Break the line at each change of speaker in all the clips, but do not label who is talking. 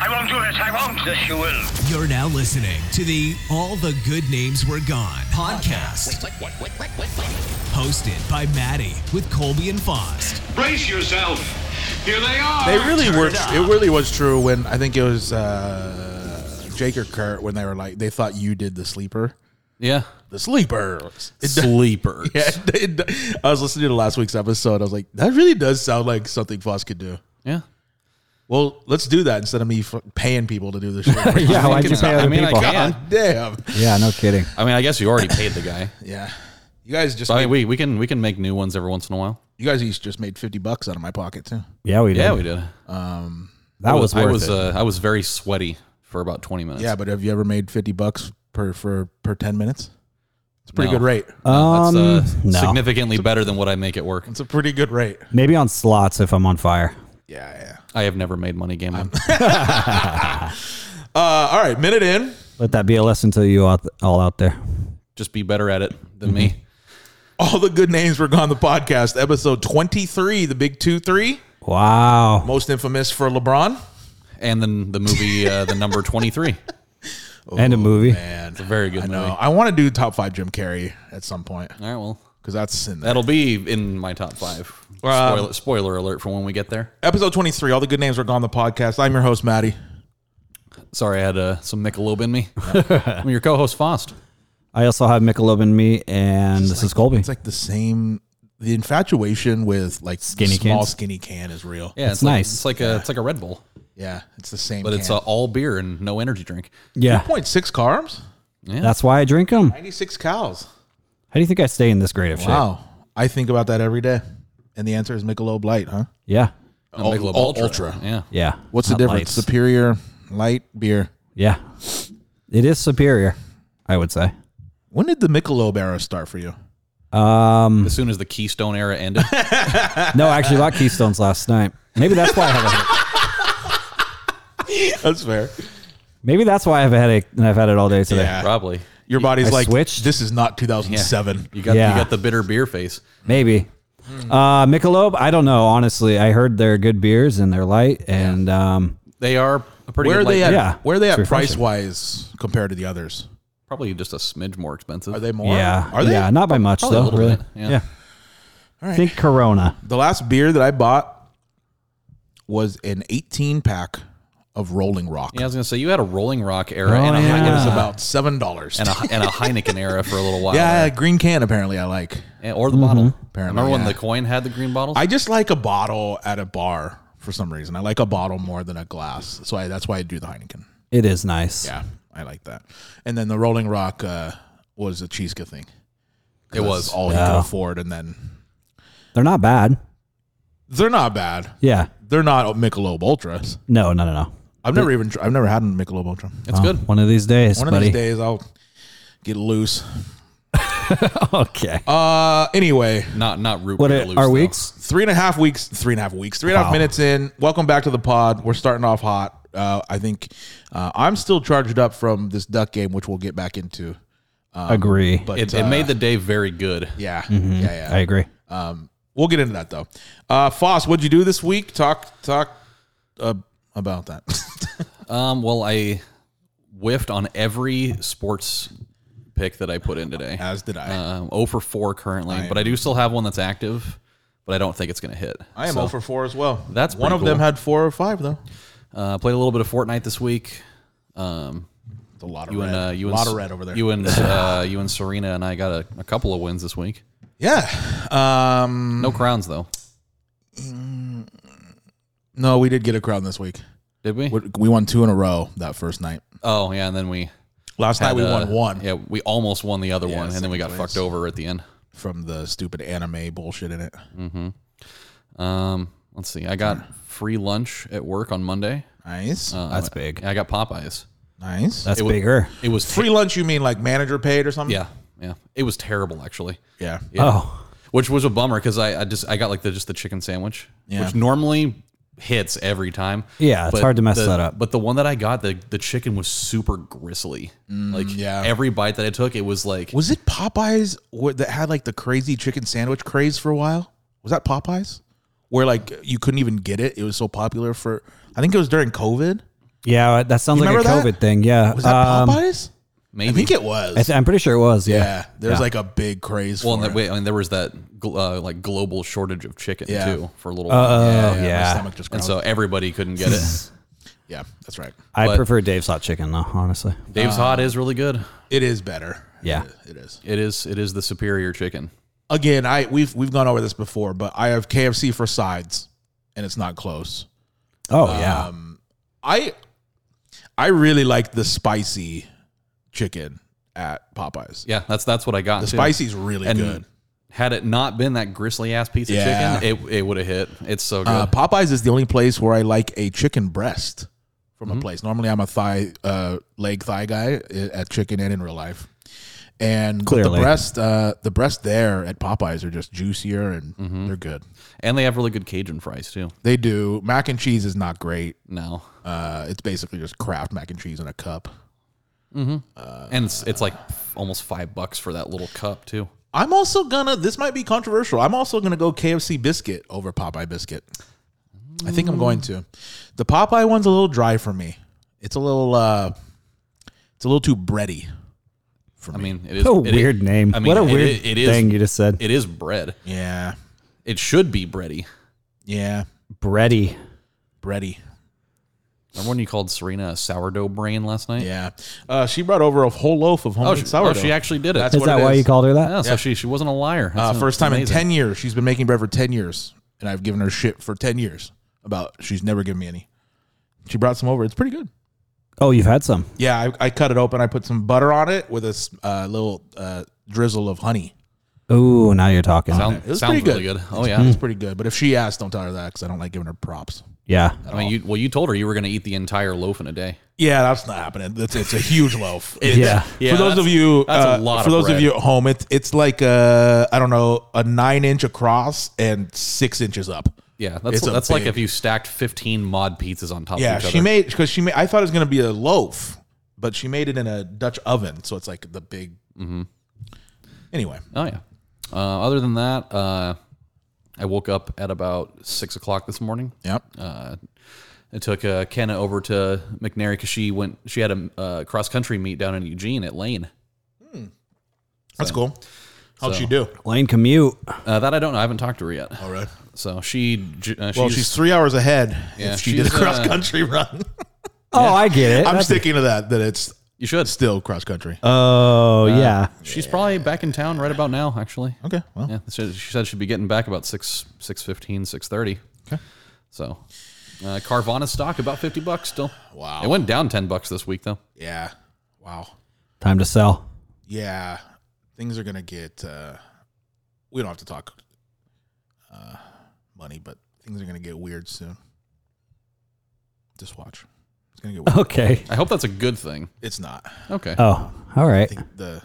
I won't do this. I won't. Yes, you will.
You're now listening to the All the Good Names Were Gone podcast,
What, what, what, what, what, what?
hosted by Maddie with Colby and Faust.
Brace yourself. Here they are.
They really were. It really was true when I think it was uh, Jake or Kurt when they were like they thought you did the sleeper.
Yeah.
The sleeper. It, do-
Sleepers.
yeah, it do- I was listening to last week's episode. I was like, that really does sound like something Foss could do.
Yeah.
Well, let's do that instead of me f- paying people to do this. Shit.
Yeah, why'd you
It's
pay
not-
other
I mean,
people?
I can.
Damn.
Yeah, no kidding.
I mean, I guess you already paid the guy.
Yeah. You guys just.
So I mean,
made,
we, we can we can make new ones every once in a while.
you guys each just made fifty bucks out of my pocket too.
Yeah, we did.
Yeah, we did.
That was
I
worth
was
it.
uh, I was very sweaty for about twenty minutes.
Yeah, but have you ever made fifty bucks per for per ten minutes? It's a pretty
No.
good rate.
No, that's uh,
Um, no.
significantly better than what I make at work.
It's a pretty good rate.
Maybe on slots if I'm on fire.
Yeah, yeah.
I have never made money gambling.
Uh, all right, minute in.
Let that be a lesson to you out, all out there.
Just be better at it than me.
Mm-hmm. All the good names were gone. The podcast episode twenty three, the big two three,
Wow.
most infamous for LeBron.
And then the movie, uh, the number twenty three.
and a movie.
And it's a
very good
I know.
movie.
I want to do top five Jim Carrey at some point
All right, well,
because that's in there.
that'll be in my top five.
um,
Spoiler, spoiler alert for when we get there.
episode twenty three. All the good names were gone. The podcast. I'm your host Maddie.
Sorry, I had uh, some Michelob in me. I'm your co-host Faust.
I also have Michelob in me, and this is Colby.
It's like the same. The infatuation with like
Skinny
small
cans?
skinny can is real.
Yeah,
That's
like-
nice.
It's like a it's like a Red Bull,
Yeah, it's the same.
but it's uh, all beer and no energy drink.
yeah,
point six carbs,
that's why I drink them. How
ninety six cows.
do you think I stay in this grade of shape?
Wow, I think about that every day, and the answer is Michelob Light, huh?
Yeah,
A
Ul-
Michelob
Ul-
Ultra.
Ultra. Mm-hmm.
Yeah.
yeah.
What's the
Not
difference?
lights.
Superior light beer.
Yeah, it is superior. I would say.
When did the Michelob era start for you?
As soon as the Keystone era ended,
Um, No, I actually bought Keystones last night. Maybe that's why I have a headache.
That's fair.
Maybe that's why I have a headache, and I've had it all day today.
Yeah.
probably.
Your body's
I
like
switched.
this is not 2007.
You got
Yeah.
you got the bitter beer face.
Maybe.
Hmm.
Uh, Michelob, I don't know. Honestly, I heard they're good beers and they're light, and um,
They are a pretty.
Where are
good
they
light-
at?
Yeah.
Where are they
It's
at
refreshing.
price wise compared to the others?
Probably just a smidge more expensive.
Are they more?
yeah,
Are they?
yeah, not by much
Probably a
though.
little
Really,
bit, yeah.
All right.
Think Corona.
The last beer that I bought was an 18 pack of Rolling Rock.
Yeah, I was gonna say you had a Rolling Rock era
Oh,
and, a,
yeah.
It was
Heineken,
about seven dollars.
and, a, and a Heineken era for a little while.
Yeah, green can apparently I like.
Yeah, or the bottle.
Apparently,
Remember when
yeah.
the coin had the green bottles?
I just like a bottle at a bar for some reason. I like a bottle more than a glass, so I, that's why I do the Heineken.
It is nice.
Yeah, I like that. And then the Rolling Rock uh, was a Cheeska thing.
it was.
That's all you could afford, and then
They're not bad.
they're not bad.
Yeah.
They're not Michelob Ultras.
No, no, no, no.
I've never even tr- I've never had a Michelob Ultra.
It's good.
One of these days,
One of
buddy.
these days I'll get loose.
Okay.
Uh, anyway,
Not not root
what
beer
are,
loose,
are
though.
weeks?
three and a half weeks, three and a half weeks, three and a half
Wow.
minutes in. Welcome back to the pod. We're starting off hot. Uh, I think uh, I'm still charged up from this duck game, which we'll get back into.
agree.
But
It,
uh,
it made the day very good.
yeah, yeah, yeah.
I agree.
We'll get into that though. Uh, Foss, what'd you do this week? Talk, talk uh, about that.
Um, well, I whiffed on every sports pick that I put in today.
As did I.
Um, 0 for 4 currently, but I do still have one that's active, but I don't think it's going to hit.
I am
So,
0 for four as well.
That's
one
pretty
of them
cool.
had four or five though.
Uh, played a little bit of Fortnite this week. Um,
It's a lot of
you
red.
and uh, you
a
and
lot
S-
of red over there.
You and uh, you and Serena and I got a, a couple of wins this week.
yeah. Um,
No crowns though,
no, we did get a crown this week.
did we?
We- We won two in a row that first night.
Oh yeah, and then we
Last night we
uh,
won one.
Yeah, we almost won the other one, and then we got
second place.
fucked over at the end.
from the stupid anime bullshit in it.
Mm. Um, let's see. I got free lunch at work on Monday.
Nice,
Uh,
That's big.
I got Popeyes.
nice.
That's
it was-
bigger.
It was
Free lunch? You mean like manager paid or something?
Yeah, yeah. It was terrible actually.
yeah.
Oh,
Which was a bummer because I, I just I got like the just the chicken sandwich,
Yeah.
which normally hits every time.
Yeah, it's
But
hard to mess
the-
that up.
But the one that I got, the the chicken was super gristly. like
Mm, yeah.
every bite that I took, it was like
Was it Popeyes wh- that had like the crazy chicken sandwich craze for a while? Was that Popeyes? Where like you couldn't even get it? It was so popular for. I think it was during COVID.
Yeah, that sounds
You
like a COVID
remember that?
thing. Yeah,
Was that
Um,
Popeyes? I
Maybe.
think it was.
I th- I'm pretty sure it was. Yeah.
yeah, there's like a big craze
well,
for
and
it.
that, wait, I mean, there was that gl- uh, like global shortage of chicken
Yeah.
too for a little while,
Oh
yeah,
yeah,
my stomach just
and
growled.
so everybody couldn't get it.
yeah, that's right.
I
but-
prefer Dave's hot chicken though. Honestly,
Dave's
Uh,
hot is really good.
It is better.
Yeah.
it is.
It is. It is the superior chicken.
Again, I we've we've gone over this before, but I have KFC for sides, and it's not close.
oh
Um,
yeah,
I I really like the spicy chicken at Popeyes.
Yeah, that's that's what I got.
The
too.
spicy's really
and
good.
had it not been that gristly ass piece of
Yeah.
chicken, it it would have hit. It's so good.
Uh, Popeyes is the only place where I like a chicken breast from a place. Normally, I'm a thigh, uh, leg thigh guy i- at chicken and in real life. And but
Clearly.
the breast, uh, the breast there at Popeyes are just juicier and they're good.
and they have really good Cajun fries too.
They do mac and cheese is not great.
No,
Uh, it's basically just Kraft mac and cheese in a cup. Uh,
and it's it's like f- almost five bucks for that little cup too.
I'm also gonna. This might be controversial. I'm also gonna go KFC biscuit over Popeye biscuit. I think I'm going to. The Popeye one's a little dry for me. It's a little. uh It's a little too bready.
I mean, it is
what a
it is-
weird name.
I mean,
what a
it-
weird
it- it is-
thing you just said.
It is bread.
Yeah,
It should be bready.
yeah,
Bready.
bready.
Remember when you called Serena a sourdough brain last night?
Yeah, uh, she brought over a whole loaf of homemade
Oh, she, oh,
sourdough.
she actually did it.
That's
Is
what
that
it
why
is.
you called her that?
yeah, so she she wasn't a liar.
uh,
That's
first time
amazing.
in ten years. She's been making bread for ten years, and I've given her shit for ten years about she's never given me any. She brought some over. It's pretty good.
Oh, you've had some.
Yeah, I, I cut it open. I put some butter on it with a s- uh, little uh, drizzle of honey.
Ooh, now you're talking.
Sound-
It was
sounds
pretty good.
really good. Oh yeah.
It's pretty good. But if she asks, don't tell her that because I don't like giving her props.
yeah.
I mean, you well, you told her you were going to eat the entire loaf in a day.
Yeah, that's not happening. It's, it's a huge loaf.
Yeah.
Yeah,
for those
that's-
of you,
that's a
uh,
lot
for
of
those
bread.
of you at home, it's it's like uh, I don't know a nine inch across and six inches up.
Yeah, that's
It's a
that's like
big-
if you stacked fifteen mod pizzas on top
Yeah,
of each
she
other.
made because she made. I thought it was gonna be a loaf, but she made it in a Dutch oven, so it's like the big.
Mm-hmm.
Anyway,
oh yeah. Uh, other than that, uh, I woke up at about six o'clock this morning.
yep.
Uh, I took uh, Kenna over to McNary because she went. She had a uh, cross country meet down in Eugene at Lane.
that's cool. How'd
so-
she do?
Lane commute.
Uh, that I don't know. I haven't talked to her yet.
All right.
So she. j- Uh,
Well, she's, three hours ahead.
Yeah,
if she did a
she's, uh,
cross country run,
Oh, I get it.
I'm
That's-
sticking to that. That it's
You should.
still cross country.
Oh yeah.
She's probably back in town right about now, actually.
okay. Well,
Yeah, so she said she'd be getting back about six six fifteen, six thirty.
Okay.
So, uh, Carvana stock about fifty bucks still.
Wow.
It went down ten bucks this week though.
yeah. Wow.
Time to sell.
Yeah. Things are gonna get. Uh, we don't have to talk uh, money, but things are gonna get weird soon. Just watch. It's gonna get weird.
Okay.
I hope that's a good thing.
It's not. I
Okay.
Oh, all right.
think the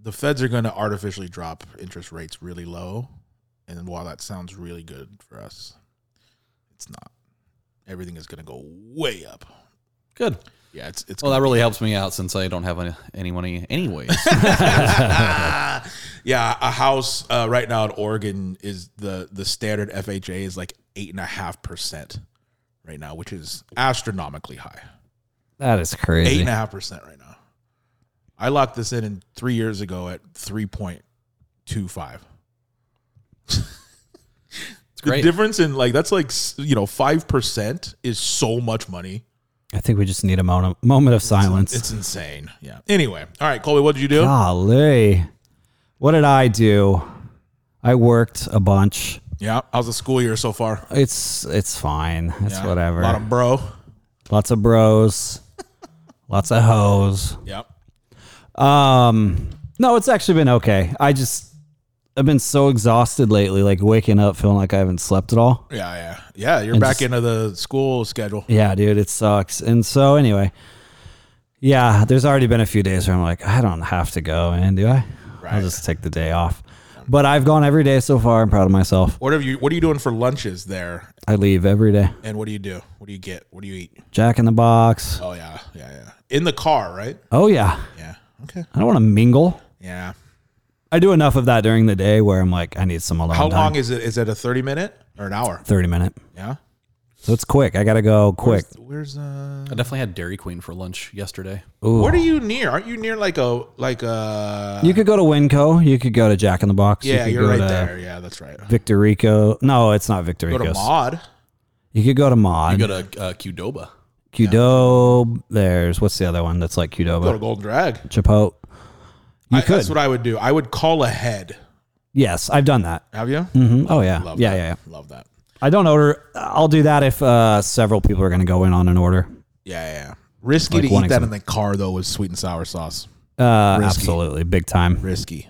the feds are gonna artificially drop interest rates really low, and while that sounds really good for us, it's not. Everything is gonna go way up.
good.
Yeah, it's it's
Well, that really helps me out since I don't have any, any money anyways.
Yeah, a house uh, right now in Oregon is the the standard FHA is like eight and a half percent right now, which is astronomically high.
That is
Eight
crazy.
and a half percent right now. I locked this in, in three years ago at three point two five.
It's
The
great.
difference in like that's like s- you know five percent is so much money.
I think we just need a moment, moment of silence.
It's insane. Yeah. Anyway, all right, Colby, what did you do?
Golly. What did I do? I worked a bunch.
Yeah, how's the school year so far?
It's it's fine. It's
Yeah,
whatever.
A lot of bro.
lots of bros. lots of hoes.
Yep.
Um, no, it's actually been okay. I just I've been so exhausted lately, like waking up feeling like I haven't slept at all.
Yeah, yeah, yeah. You're
And
back
just-
into the school schedule.
Yeah, dude, it sucks. And so anyway, yeah, there's already been a few days where I'm like, I don't have to go, and do I? I'll
Right.
just take the day off. But I've gone every day so far. I'm proud of myself.
What are you What are you doing for lunches there?
I leave every day.
And what do you do? What do you get? What do you eat?
Jack in the box.
Oh yeah, yeah, yeah. In the car, right?
Oh yeah,
Yeah. Okay.
I don't want to mingle.
Yeah.
I do enough of that during the day where I'm like, I need some alone
How
time.
long is it? Is it a thirty minute or an hour?
Thirty minute.
Yeah.
So it's quick. I gotta go quick.
Where's uh?
I definitely had Dairy Queen for lunch yesterday.
What are you near? Aren't you near like a like uh, a?
You could go to Winco. You could go to Jack in the Box. you
yeah,
could
you are
go
right
to
there. Yeah, that's right.
Victorico. No, it's not
Go to
Victorico.
Mod.
You could go to Mod.
You go to uh, Qdoba.
Qdoba. There's what's the other one that's like
Go to
Qdoba?
Golden Drag.
Chipotle. You
I-
could.
That's what I would do. I would call ahead.
yes, I've done that.
Have you?
Mhm. Oh yeah.
Love
yeah,
that.
yeah, yeah.
Love that.
I don't order. I'll do that if uh, several people are going to go in on an order.
Yeah, yeah. yeah. Risky
Like
to eat
one
that in
example.
the car though with sweet and sour sauce.
Uh,
Risky.
absolutely, big time.
Risky.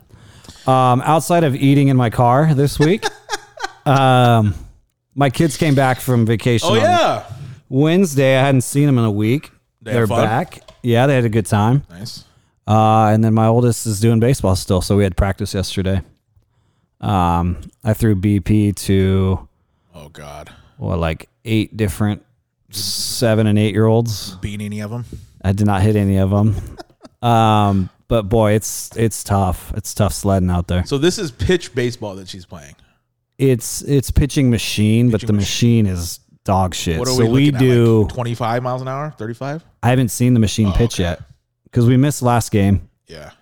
Um, outside of eating in my car this week, um, my kids came back from vacation.
Oh
on
yeah.
Wednesday. I hadn't seen them in a week.
They
They are
had fun?
back. Yeah, they had a good time.
Nice.
Uh, and then my oldest is doing baseball still, so we had practice yesterday. Um, I threw BP to
Oh god.
what, like eight different seven and eight year olds.
Beat any of them?
I did not hit any of them. um, but boy, it's it's tough. It's tough sledding out there.
So this is pitch baseball that she's playing.
It's it's pitching machine, but the machine is dog shit.
What are
so
we,
we,
looking at,
do.
like Oh, 25 miles an hour, 35?
I haven't seen the machine pitch yet because we missed last game,
Yeah.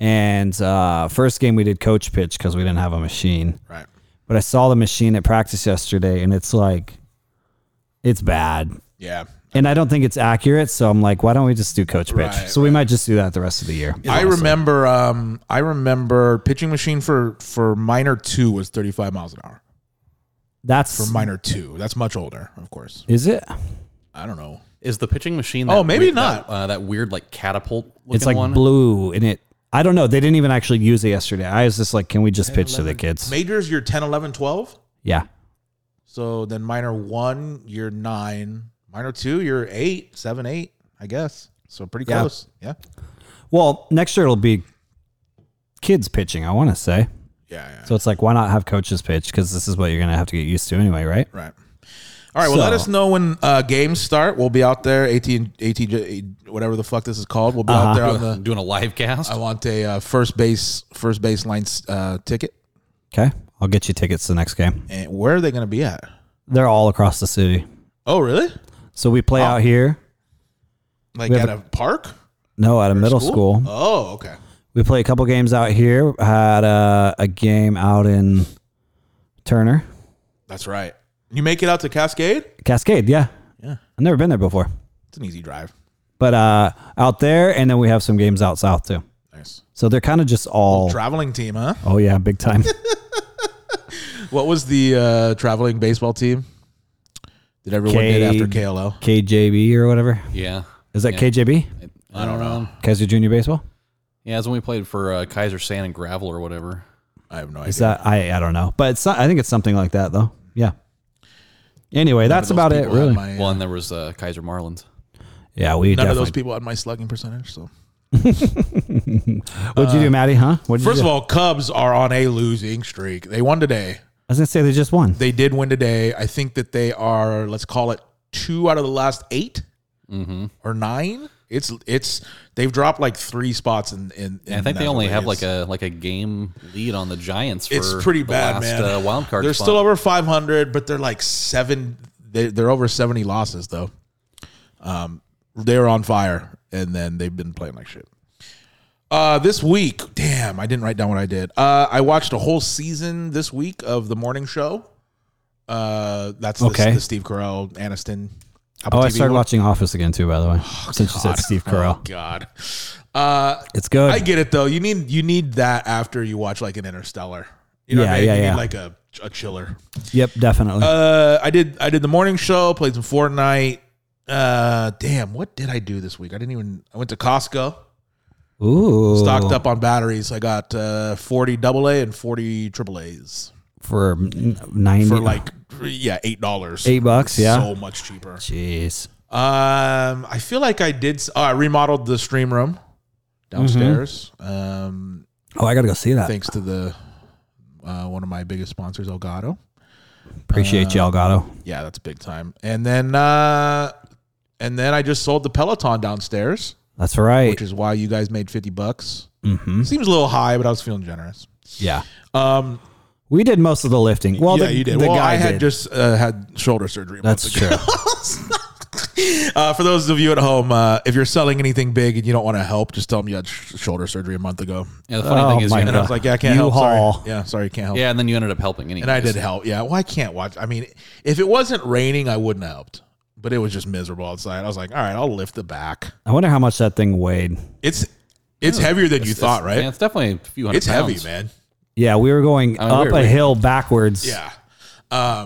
and uh, first game we did coach pitch because we didn't have a machine.
Right.
But I saw the machine at practice yesterday, and it's like, it's bad.
Yeah.
And I don't think it's accurate, so I'm like, why don't we just do coach pitch?
Right,
so we might just do that the rest of the year.
I remember um I remember pitching machine for for minor 2 was 35 miles an hour.
That's
For minor 2. That's much older, of course.
is it?
I don't know.
Is the pitching machine?
Oh, maybe
weird-
not.
That, uh, that weird like catapult. Looking
It's like
one?
blue and it. I don't know. They didn't even actually use it yesterday. I was just like, can we just pitch to the kids?
Majors you're 10, 11, 12.
Yeah.
So then minor 1 you're 9, minor 2 you're 8, 7, 8, I guess. So pretty
Yeah.
close. Yeah.
Well, next year it'll be kids pitching, I want to say.
Yeah, yeah.
So it's like, why not have coaches pitch? Because this is what you're going to have to get used to anyway, right?
Right. All right. Well, let
So-
us know when uh, games start. We'll be out there. AT ATJ, whatever the fuck this is called. We'll be out there on the.
Uh, doing a live cast.
I want a uh, first base first baseline uh, ticket.
Okay. I'll get you tickets to the next game.
And where are they going to be at?
They're all across the city.
Oh, really?
So we play out here.
Like
We
at
have
a, park?
No, at a middle school.
Oh, okay.
We play a couple games out here. Had a, a game out in Turner,
That's right. You make it out to Cascade?
Cascade. Yeah.
Yeah.
I've never been there before.
It's an easy drive.
but uh out there and then we have some games out south too
Nice.
so they're kind of just all
Traveling team, huh?
oh yeah big time
What was the uh, traveling baseball team? Did everyone
K-
get after KLO?
kjb or whatever
yeah,
is that kjb
I don't know.
kaiser junior baseball
Yeah, that's when we played for uh, Kaiser Sand and Gravel or whatever.
I have no
is
idea.
that i i don't know but it's not, i think it's something like that though yeah anyway that's
Those
about it
people had
really
my, uh,
Well, and there was uh, Kaiser Marlins.
yeah we
none of
definitely
those people had my slugging percentage, so.
what'd you do maddie huh what
Uh, First of all, Cubs are on a losing streak. They won today.
i was gonna say they just won
They did win today. I think that they are, let's call it two out of the last 8
Mm-hmm.
or nine. It's it's they've dropped like three spots in. in,
Yeah, I
in
think they
National
only
League.
have like a like a game lead on the Giants. For
It's pretty
the
bad,
last,
man.
Uh, wild card.
They're
spot.
still over 500, but they're like seven. They, they're over 70 losses though. Um, they're on fire, and then they've been playing like shit. Uh, this week, damn, I didn't write down what I did. Uh, I watched a whole season this week of the morning show. Uh, that's
Okay.
the, the Steve Carell, Aniston. Apple
oh i
TV
started
one.
watching office again too by the way since you said steve
Oh,
carell
God, uh,
it's good
I get it though. You need you need that after you watch like an Interstellar. You know
Yeah,
what I mean?
yeah,
you
yeah.
need like a a chiller.
yep definitely
Uh, I did. I did the morning show. Played some Fortnite. Uh, damn, what did I do this week? I didn't even. I went to Costco.
ooh
Stocked up on batteries. I got uh, forty double A and forty triple A's
for n- 90
for like yeah eight dollars.
Eight bucks, yeah.
so much cheaper.
jeez
Um, I feel like I did. s- Oh, I remodeled the stream room downstairs.
Mm-hmm.
Um,
oh i gotta go see that
thanks to the uh, one of my biggest sponsors, Elgato.
Appreciate
Uh,
you, Elgato.
Yeah, that's big time. And then uh and then I just sold the Peloton downstairs,
That's right.
which is why you guys made 50 bucks. Mm-hmm. Seems a little high, but I was feeling generous.
yeah.
Um
We did most of the lifting. Well,
yeah,
the,
you did.
The
well,
guy
I had
did.
just uh, had shoulder surgery. a month
That's
ago.
true.
Uh, for those of you at home, uh, if you're selling anything big and you don't want to help, just tell them you had sh- shoulder surgery a month ago.
Yeah, the funny
Oh
thing is, you
my
ended
And I
up,
was like, yeah, I can't help.
U-Haul.
Sorry. Yeah, sorry, can't help.
yeah, and then you ended up helping anyway.
And I did help. Yeah. Well, I can't watch. I mean, if it wasn't raining, I wouldn't have helped. But it was just miserable outside. I was like, all right, I'll lift the back.
I wonder how much that thing weighed.
It's it's heavier than you thought, right?
Yeah, it's definitely a few hundred.
it's heavy,
pounds.
man.
Yeah, we were going
I mean,
up
we were-
a
we-
hill backwards.
Yeah.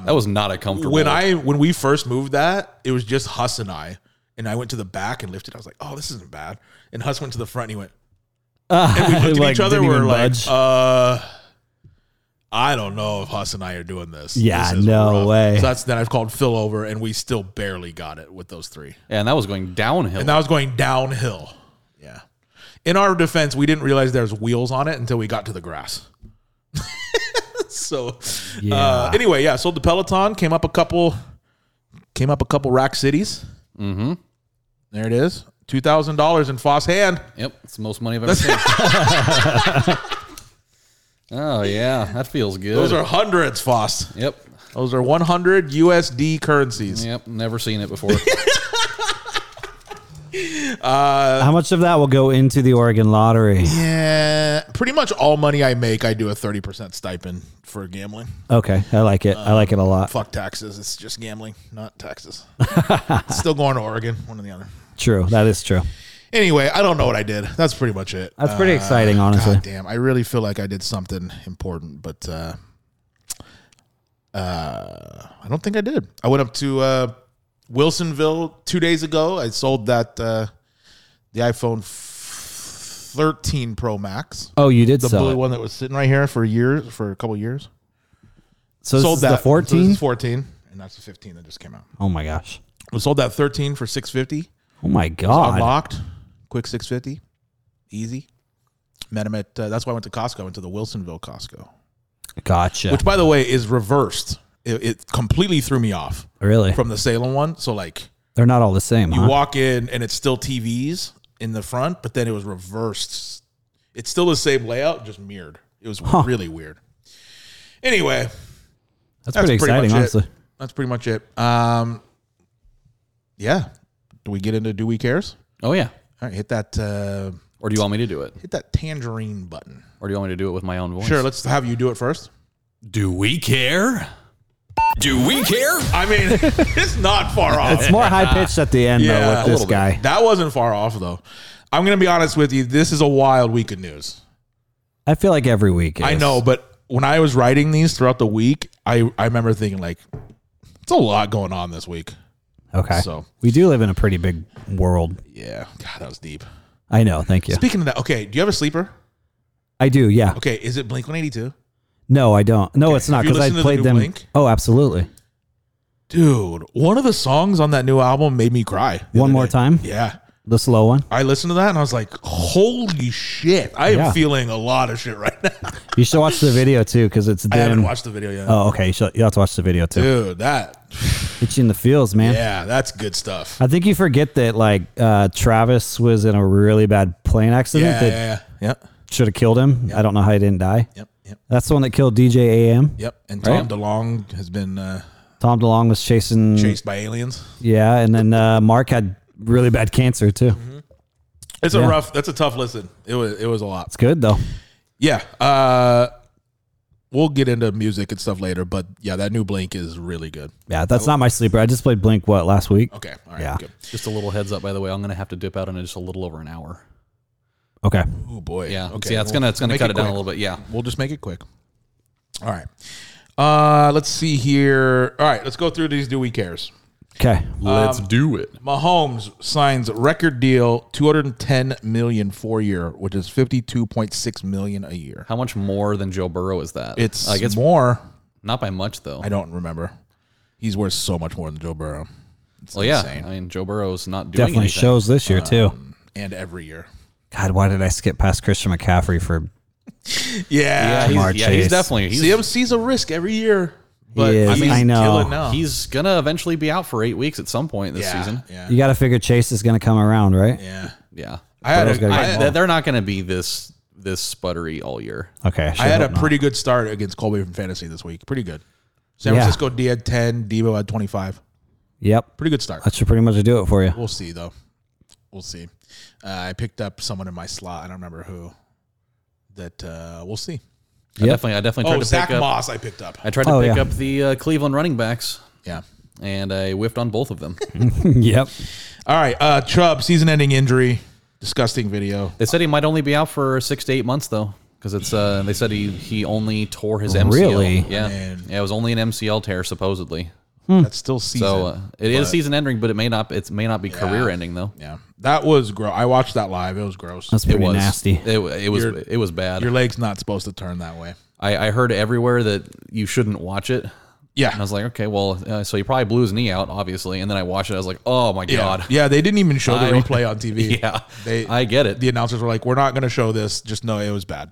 That was not a comfortable.
When I when we first moved that, it was just Huss and I. And I went to the back and lifted. I was like, oh, this isn't bad. And Huss went to the front and he went, and we looked at
Like,
each other.
didn't
We're
even
like,
budge.
uh, I don't know if Huss and I are doing this.
Yeah,
This is
no way.
So that's then I've called Phil over, and we still barely got it with those three,
yeah, and that was going downhill.
and that was going downhill. Yeah. In our defense, we didn't realize there's wheels on it until we got to the grass. so, uh, anyway, yeah, sold the Peloton. Came up a couple, came up a couple rack cities. Mm-hmm. There it is, two thousand dollars in Foss hand.
yep, it's the most money I've ever spent. oh yeah, that feels good.
Those are hundreds, Foss.
yep,
Those are 100 USD currencies.
yep. Never seen it before.
uh,
how much of that will go into the Oregon lottery?
Yeah, pretty much all money I make, I do a 30% stipend for gambling.
Okay, I like it. I like it a lot.
Fuck taxes. It's just gambling, not taxes. Still going to Oregon, one or the other.
True, that is true.
Anyway, I don't know what I did. That's pretty much it.
That's pretty
Uh,
exciting, honestly.
God damn. I really feel like I did something important, but uh, uh, I don't think I did. I went up to uh, Wilsonville two days ago. I sold that uh, the iPhone f- 13 Pro Max.
Oh, you did
the
sell
blue
it.
one that was sitting right here for years, for a couple years.
So this
sold
is
that
the
So this is
fourteen.
14, and that's the 15 that just came out.
oh my gosh.
We sold that 13 for 650.
Oh my god.
Unlocked, quick 650, easy. Met him at. Uh, that's why I went to Costco. I went to the Wilsonville Costco,
Gotcha.
which by the way is reversed. It, it completely threw me off
really?
from the Salem one. So like
They're not all the same.
you
huh?
walk in and it's still TVs in the front, but then it was reversed. It's still the same layout, just mirrored. It was really weird. Anyway,
that's,
that's
pretty, exciting,
much
honestly.
It. That's pretty much it. Um, yeah. Do we get into Do We Cares?
oh yeah.
All right, hit that uh,
Or do you want me to do it?
hit that tangerine button.
Or do you want me to do it with my own voice?
Sure, let's have you do it first.
Do we care?
Do we care?
I mean, it's not far off.
It's more high pitched at the end
Yeah, a
though with this
little bit.
guy.
that wasn't far off though. I'm gonna be honest with you. This is a wild week of news.
I feel like every week. it
I
is.
know, but when I was writing these throughout the week, I I remember thinking like, it's a lot going on this week.
Okay.
So.
we do live in a pretty big world.
Yeah, God, that was deep.
I know. Thank you.
Speaking of that, okay, do you have a sleeper?
I do. Yeah.
Okay, is it Blink 182?
No, I don't. No, it's not
Have you
because I
listened to the
played
new
them.
Blink?
Oh, absolutely.
Dude, one of the songs on that new album made me cry. the
One
other
more
day.
time?
Yeah.
The slow one.
I listened to that and I was like, holy shit. I am
Yeah.
feeling a lot of shit right now.
You should watch the video too because it's.
I haven't
them-
watched the video yet.
Oh, okay. You, should, you have to watch the video too.
Dude, that
Hit you in the feels, man.
yeah, that's good stuff.
I think you forget that like uh, Travis was in a really bad plane accident
Yeah,
that
yeah, yeah, yeah.
should have killed him. I don't know how he didn't die.
Yep, yep,
That's the one that killed DJ AM.
yep. And Tom DeLong has been uh,
Tom DeLong was chasing.
chased by aliens.
Yeah, and then uh, Mark had really bad cancer too.
Mm-hmm. It's a rough. That's a tough listen. It was. It was a lot.
It's good though.
Yeah. Uh, we'll get into music and stuff later, but yeah, that new Blink is really good.
Yeah, that's not my sleeper. I just played Blink what last week.
Okay. All right.
Yeah.
Good.
Just a little heads up, by the way. I'm going to have to dip out in just a little over an hour.
Okay.
Oh boy.
Yeah.
Okay.
So, yeah, it's
we'll
gonna it's gonna
make
cut it down a
quick.
little bit. Yeah.
We'll just make it quick. All right. Uh, let's see here. All right, let's go through these. Do we cares?
Okay.
Let's do it.
Mahomes signs record deal, 210 million four year, which is 52.6 million a year.
How much more than Joe Burrow is that?
It's
like it's
more.
not by much though.
I don't remember. He's worth so much more than Joe Burrow,
Well, yeah.
insane.
I mean, Joe Burrow's not doing
Definitely
anything.
shows this year too.
and every year.
God, why did I skip past Christian McCaffrey for?
Yeah,
Yeah, he's,
Jamar
yeah, he's
Chase.
definitely he's,
CMC's a risk every year, but
He is.
he's
I know.
killing now.
he's gonna eventually be out for eight weeks at some point this
yeah,
season.
Yeah,
You got to figure Chase is going to come around, right?
yeah.
Yeah,
I had,
Burrow's
a,
gotta
I
get
had-
the ball.
Th- they're not gonna be this this sputtery all year.
Okay.
I
sure
had a
hope not.
pretty good start against Colby from fantasy this week. Pretty good. San
Yeah.
Francisco D had 10, Debo had 25.
Yep.
Pretty good start.
That should pretty much do it for you.
We'll see, though. We'll see. Uh, I picked up someone in my slot. I don't remember who. That uh, we'll see.
I definitely, I definitely tried
Oh,
to
Zach
pick up.
Moss, I picked up.
I tried to
Oh,
pick
yeah.
up the uh, Cleveland running backs,
Yeah.
and I whiffed on both of them.
yep.
All right. Uh, Chubb, season ending injury. Disgusting video.
they said he might only be out for six to eight months though, because it's. Uh, they said he he only tore his MCL.
Really?
Yeah.
Man.
Yeah. It was only an MCL tear supposedly.
That's still season.
Hmm. So uh, it is
but-
season ending, but it may not. It may not be career ending though.
yeah. That was gross. I watched that live. It was gross.
That's
It
pretty
was
nasty.
It, wa- it was
Your-
it was bad.
Your leg's not supposed to turn that way.
I, I heard everywhere that you shouldn't watch it.
Yeah.
And I was like, okay, well, uh, so he probably blew his knee out, obviously. And then I watched it. I was like, oh my
yeah.
god.
Yeah. They didn't even show the
I-
replay on TV.
Yeah,
They,
I get it.
the announcers were like, "We're not going to show this. Just know it was bad."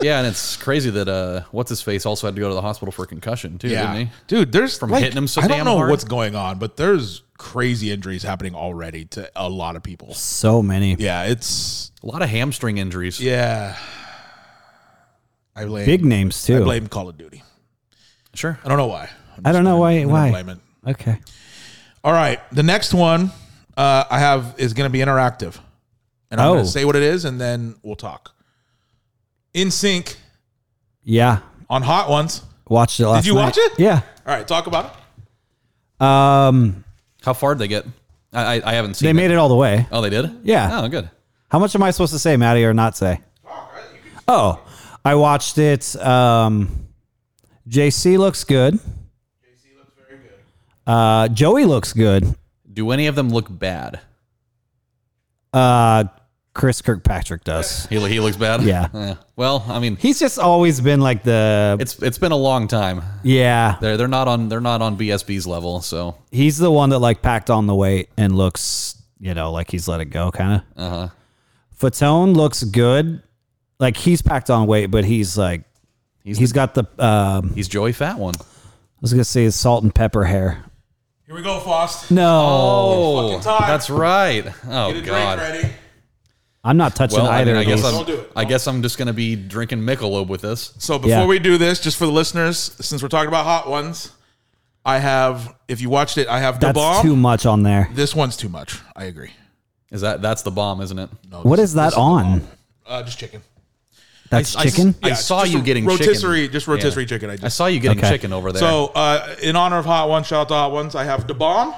Yeah, and it's crazy that uh, what's his face also had to go to the hospital for concussion too, didn't he?
dude. There's
From
like,
hitting him so
I don't
damn
know
hard.
what's going on, but there's crazy injuries happening already to a lot of people.
So many.
Yeah, it's
A lot of hamstring injuries.
yeah. I blame
Big names
I
too.
blame Call of Duty.
Sure.
I don't know why. I'm
I don't
just
know
gonna-
why-
I'm gonna
why.
Blame it.
Okay.
All right, the next one uh, I have is going to be interactive, and I'm
Oh.
going to say what it is, and then we'll talk. In sync
Yeah.
on hot ones.
Watched it last
you
night.
watch it?
Yeah.
All right, talk about it.
Um,
How far did they get? I I, I haven't seen.
they made it all the way.
Oh, they did.
Yeah.
Oh, good.
How much am I supposed to say, Maddie, or not say? Oh, I watched it. Um, JC looks good. JC looks very good. Uh, Joey looks good.
Do any of them look bad?
Uh, Chris Kirkpatrick does.
He he looks bad.
Yeah.
Well, I mean,
He's just always been like the
it's it's been a long time.
yeah.
They're they're not on they're not on BSB's level. So
He's the one that like packed on the weight and looks, you know, like he's let it go, kind of.
Uh-huh.
Uh huh. Fatone looks good. Like he's packed on weight, but he's like he's got the um,
he's Joey Fat One.
I was gonna say his salt and pepper hair.
Here we go, Fost.
No.
Oh,
fucking time.
that's right. Oh
Get a
God.
drink ready.
I'm not touching
Well, I,
either
mean, I
of
guess
these.
I'm,
Don't do it.
I guess I'm just gonna be drinking Michelob with this.
So before
Yeah.
we do this, just for the listeners, since we're talking about hot ones, I have. If you watched it, I have the
That's
bomb.
too much on there.
this one's too much. I agree.
Is that that's the bomb, isn't it?
No,
What
this-
is that
this
on?
Uh, just chicken.
That's
I- I-
chicken.
I
it's
saw
just
you
a
getting chicken.
rotisserie, just rotisserie
Yeah.
chicken. I
I
just
saw you getting
Okay.
chicken over there.
so uh, in honor of hot ones, shout out to hot ones. I have the bomb,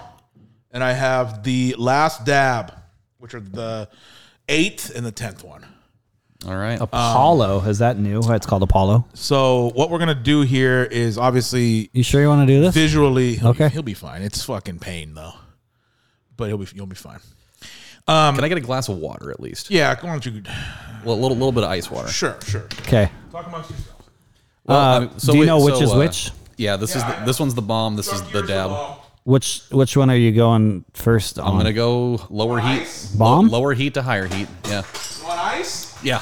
and I have the last dab, which are the eighth and the tenth one.
all right,
um,
Apollo. is that new? It's called Apollo.
So what we're gonna do here is obviously
You sure you want to do this?
visually. He'll
Okay.
be, he'll be fine. It's fucking pain though, but he'll be you'll be fine.
can I get a glass of water at least?
Yeah, why don't you?
A little, little bit of ice water.
Sure, sure.
Okay.
Talk amongst yourselves.
Well, I
Uh,
mean, so
do you
wait-
know which
so,
is
uh,
which?
Yeah, this is the, this one's the bomb. This is the dab.
Which which one are you going first on?
I'm gonna go lower
Ice.
heat,
Bomb?
lo- lower heat to higher heat. Yeah,
On ice?
yeah.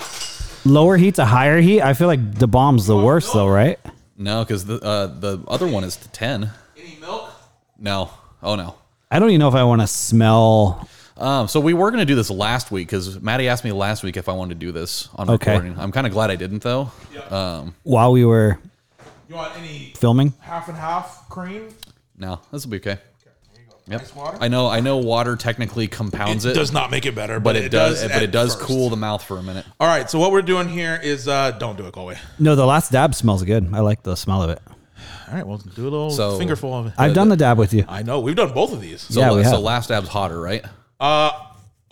Lower heat to higher heat. I feel like the bomb's the worst though, right?
No, because the uh, the other one is to ten.
Any milk?
No, oh no.
I don't even know if I want to smell.
Um, so we were gonna do this last week because Maddie asked me last week if I wanted to do this on
Okay.
recording. I'm kind of glad I didn't though. Um,
While we were
You want any
filming,
half and half cream?
no, this will be okay. Yep.
Ice water?
I know, I know. Water technically compounds it,
does not make it better,
but it, does, but
at
it does
first.
cool the mouth for a minute.
All right, so what we're doing here is uh don't do it, Colby.
no, the last dab smells good. I like the smell of it.
All right, well, do a little
So-
fingerful of it.
I've done the dab with you.
I know we've done both of these.
So,
Yeah, we
so
have.
last dab's hotter, right?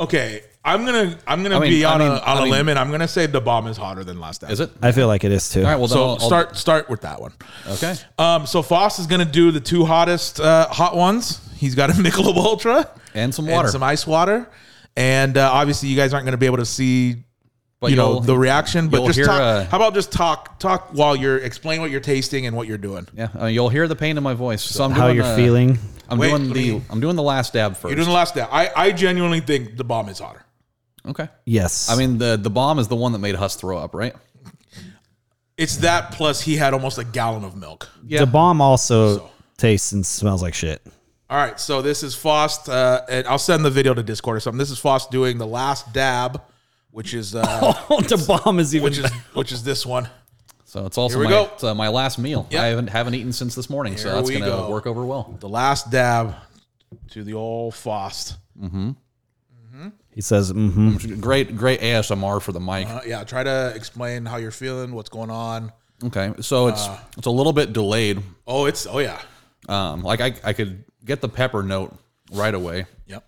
Okay, I'm gonna I'm gonna
I mean-
be
I
on a
mean-
on a
I mean-
limb, and I'm gonna say the bomb is hotter than last time.
Is it? All
I feel like it is too.
right. Well, then
So
I'll- I'll-
start start with that one.
Okay.
Um, so Foss is gonna do the two hottest uh, hot ones. He's got a Michelob Ultra
And some water.
and some ice water, and uh, obviously you guys aren't gonna be able to see
But
you know
you'll-
the reaction. But
you'll
just
hear,
talk,
uh,
how about just talk talk while you're explain what you're tasting and what you're doing.
Yeah, uh, you'll hear the pain in my voice. So I'm
How
doing,
you're
uh,
feeling?
I'm
Wait,
doing
let
the
me-
I'm doing the last dab first.
You're doing the last step. I I genuinely think the bomb is hotter.
okay.
Yes.
I mean the the bomb is the one that made Huss throw up, right?
It's that plus he had almost a gallon of milk.
Yeah.
the bomb also
So.
tastes and smells like shit.
All right, so this is Fost, uh, and I'll send the video to Discord or something. This is Fost doing the last dab which is uh,
to bomb is even
which is which is this one.
So it's also
Here
my,
we go.
it's, uh, my last meal.
Yep.
I haven't haven't eaten since this morning, so
Here
that's
we
gonna
go.
work over well.
The last dab to the old Fost.
he says mm-hmm
Great great ASMR for the mic.
Uh, yeah, try to explain how you're feeling, what's going on.
okay, so it's
Uh-huh.
it's a little bit delayed.
Oh, it's oh yeah,
Um, like I I could get the pepper note right away.
yep.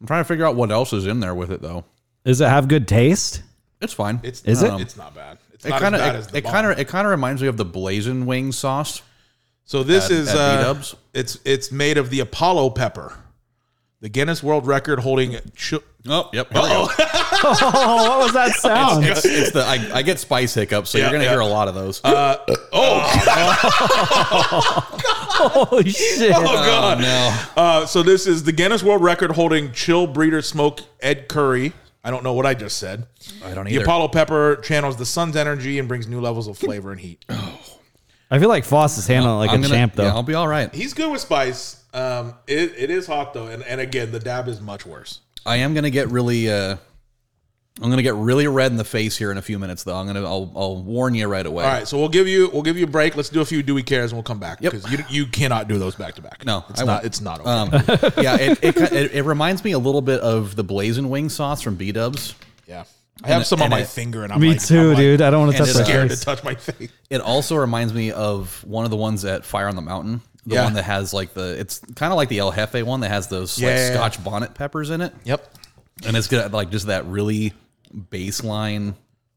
I'm trying to figure out what else is in there with it though.
does it have good taste
It's fine. Um,
It's
Is it?
not, It's not bad. It's
it
not
kind
as bad as
of
the
it kind
bomb.
of it kind of reminds me of the blazing wing sauce.
So this
at-
is
at
uh,
B-dubs?
it's it's made of the Apollo pepper, the Guinness World Record holding. Ch-
Oh, yep. here we go.
oh what was that sound
It's, it's the I, I get spice hiccups, so you're
Yeah,
gonna
yeah. Oh,
hear a lot of those. Uh,
holy shit
oh God!
no.
Uh, so this is the Guinness World Record holding chill breeder smoke Ed Curry. I don't know what I just said.
I don't
The Apollo pepper channels the sun's energy and brings new levels of flavor and heat.
i feel like foss is handling it like
I'm
a
gonna-
champ though
Yeah, I'll be all right.
He's good with spice. Um, it, it is hot though, and, and again, the dab is much worse.
I am gonna get really uh I'm gonna get really red in the face here in a few minutes though. I'm gonna I'll I'll warn you right away.
All right, so we'll give you we'll give you a break. Let's do a few do we cares, and we'll come back
Yep.
because you you cannot do those back to back.
No,
it's
I
not.
won't.
It's not. Okay.
Um, yeah, it, it, ki- it, it reminds me a little bit of the blazing wing sauce from B Dubs.
yeah, I have some on
and
my
it-
finger, and I'm
me
like,
too
I'm like
dude i don't want to
and
touch
it's
that
Scared to
face
touch my face.
It also reminds me of one of the ones at Fire on the Mountain, the
Yeah.
one that has like the it's kind of like the El Jefe one that has those like
Yeah.
Scotch bonnet peppers in it,
Yep.
and it's got like just that really baseline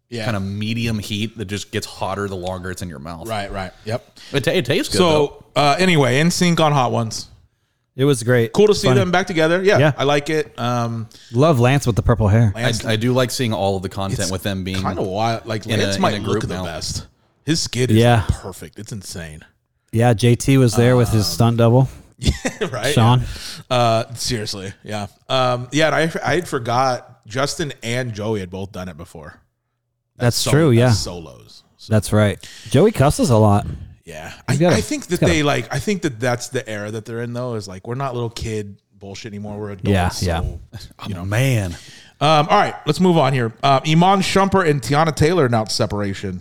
Yeah.
kind of medium heat that just gets hotter the longer it's in your mouth.
Right. Right. Yep.
It, ta- it tastes good. though.
So uh, anyway, in sync on hot ones.
it was great
Cool to see
Funny.
them back together. Yeah,
Yeah.
I like it. Um,
love lance with the purple hair
I, I do like seeing all of the content
It's
with them being
kind of wild. Like
a-
Lance
in a
might
group
look the
now.
best. His skid is
Yeah.
perfect. It's insane.
yeah jt was there with his stunt double
right,
sean
Uh, seriously, yeah, um, yeah. And I I had forgot Justin and Joey had both done it before.
that's
So-
true
as
yeah
solos. So,
that's right joey cusses a lot
yeah, I,
gotta-
I think that they like. I think that that's the era that they're in though. Is like we're not little kid bullshit anymore. We're adults.
Yeah,
so, You know,
man.
Um, all right, let's move on here. Uh, Iman Shumpert and Tiana Taylor announced separation.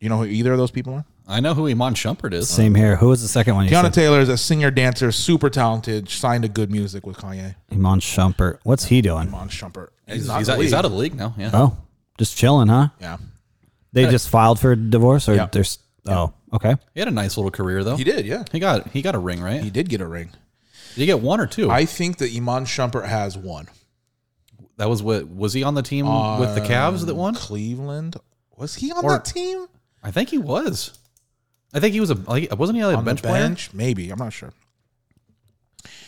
You know who either of those people are?
I know who Iman Shumpert is.
same here who was the second one you
Tiana
said?
Taylor is a singer, dancer, super talented, signed to good music with Kanye.
iman shumpert what's he doing
Iman Shumpert.
He's,
not
he's
the
out, he's
lead.
out of the league now. Yeah.
oh just chilling huh
Yeah.
They just filed for divorce, or
Yeah.
there's oh okay.
He had a nice little career though.
He did, yeah.
He got he got a ring, right?
He did get a ring.
Did he get one or two?
I think that Iman Shumpert has one.
that was what was he on the team with
Uh,
the Cavs that won?
Cleveland. Was he on
Or-
that team?
I think he was. I think he was a like, wasn't he like a
On
bench,
the
player?
bench? Maybe. I'm not sure.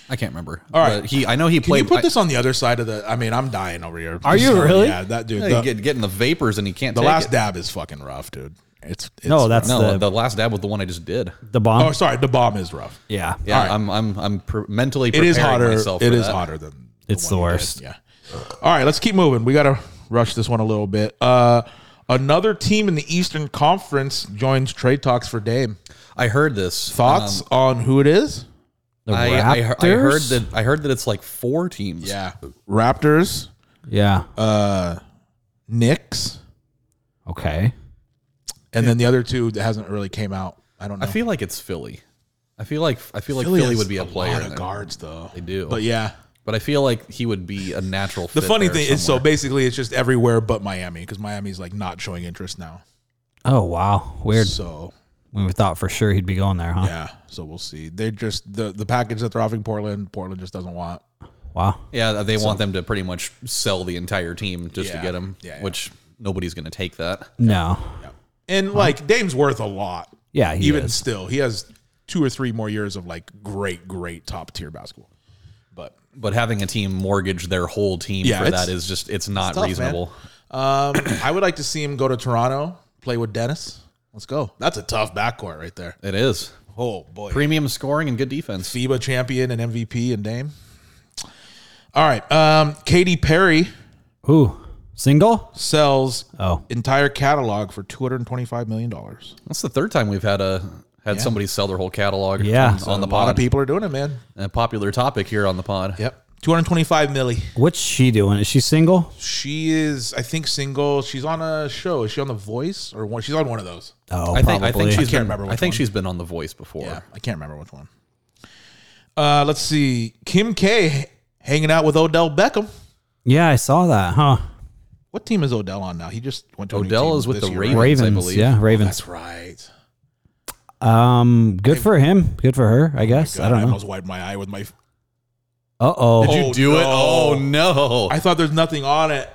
I can't remember.
All right.
But he I know he
Can
played.
you put
I-
this on the other side of the I mean, I'm dying over here.
Are you really?
Yeah, that dude.
yeah,
The,
he get, getting the vapors and he can't.
the
take
last
it.
dab is fucking rough, dude. It's, it's
No, that's
No,
the,
the, last dab was the one I just did.
the bomb.
Oh, sorry. The bomb is rough.
yeah,
Yeah,
All right.
I'm I'm I'm pre- mentally.
It is
preparing
hotter. It is
Myself for that.
hotter than.
It's
one
the
you did,
worst.
Yeah. All right, let's keep moving. We got to rush this one a little bit. Uh, another team in the Eastern Conference joins trade talks for Dame.
I heard this.
Thoughts on who it is?
The
I, I, he- I
Raptors?
heard that I heard that it's like four teams.
Raptors,
Yeah.
Uh,
Knicks,
okay.
and then the other two that hasn't really came out. I don't know.
I feel like it's Philly. I feel like I feel like
Philly
Philly,
has
would be a, player,
lot
in
of
there.
guards though. They
do.
but yeah.
but I feel like he would be a natural.
The
fit
funny
there
thing is, so
somewhere.
basically, it's just everywhere but Miami because Miami's like not showing interest now.
Oh wow, weird.
So
When we thought for sure he'd be going there, huh?
yeah, so we'll see. They just the the package that they're offering Portland, Portland just doesn't want.
Wow.
yeah, they want them to pretty much sell the entire team just
Yeah.
to get him,
Yeah, yeah.
which nobody's going to take that.
No.
Uh-huh.
And like Dame's worth a lot.
Yeah, he
even
is.
still, he has two or three more years of like great, great top tier basketball. But
But having a team mortgage their whole team
Yeah,
for
it's-
that is just it's not
tough, man.
reasonable.
um, I would like to see him go to Toronto, play with Dennis. Let's go. That's a tough backcourt right there.
It is
Oh boy,
premium scoring and good defense.
FIBA champion and MVP and Dame. All right, um, Katy Perry
Who? Single?
sells
Oh.
entire catalog for two hundred twenty-five million dollars.
That's the third time we've had a had somebody sell their whole catalog.
Yeah.
on
A
the
lot of
pod.
people are doing it, man.
A popular topic here on the pod.
Yep. 225 milli.
What's she doing? Is she single?
She is, I think, single. She's on a show. Is she on The Voice or one? She's on one of those.
Oh,
I think I think
probably.
she's
I can't
been,
remember
I
which
think
one.
she's been on The Voice before.
Yeah, I can't remember which one. Uh, let's see. Kim K hanging out with Odell Beckham.
Yeah, I saw that, huh?
What team is Odell on now? He just went to a new
Odell
team
is with
this
the
year,
Ravens.
right?
I
Ravens,
believe.
yeah, Ravens.
That's right.
Um, good for him. Good for
Oh
her, I guess.
God,
I don't know.
almost wiped Oh my eye with my.
Uh oh.
Did
You
Oh,
do it?
no.
Oh no!
I thought there's nothing on it.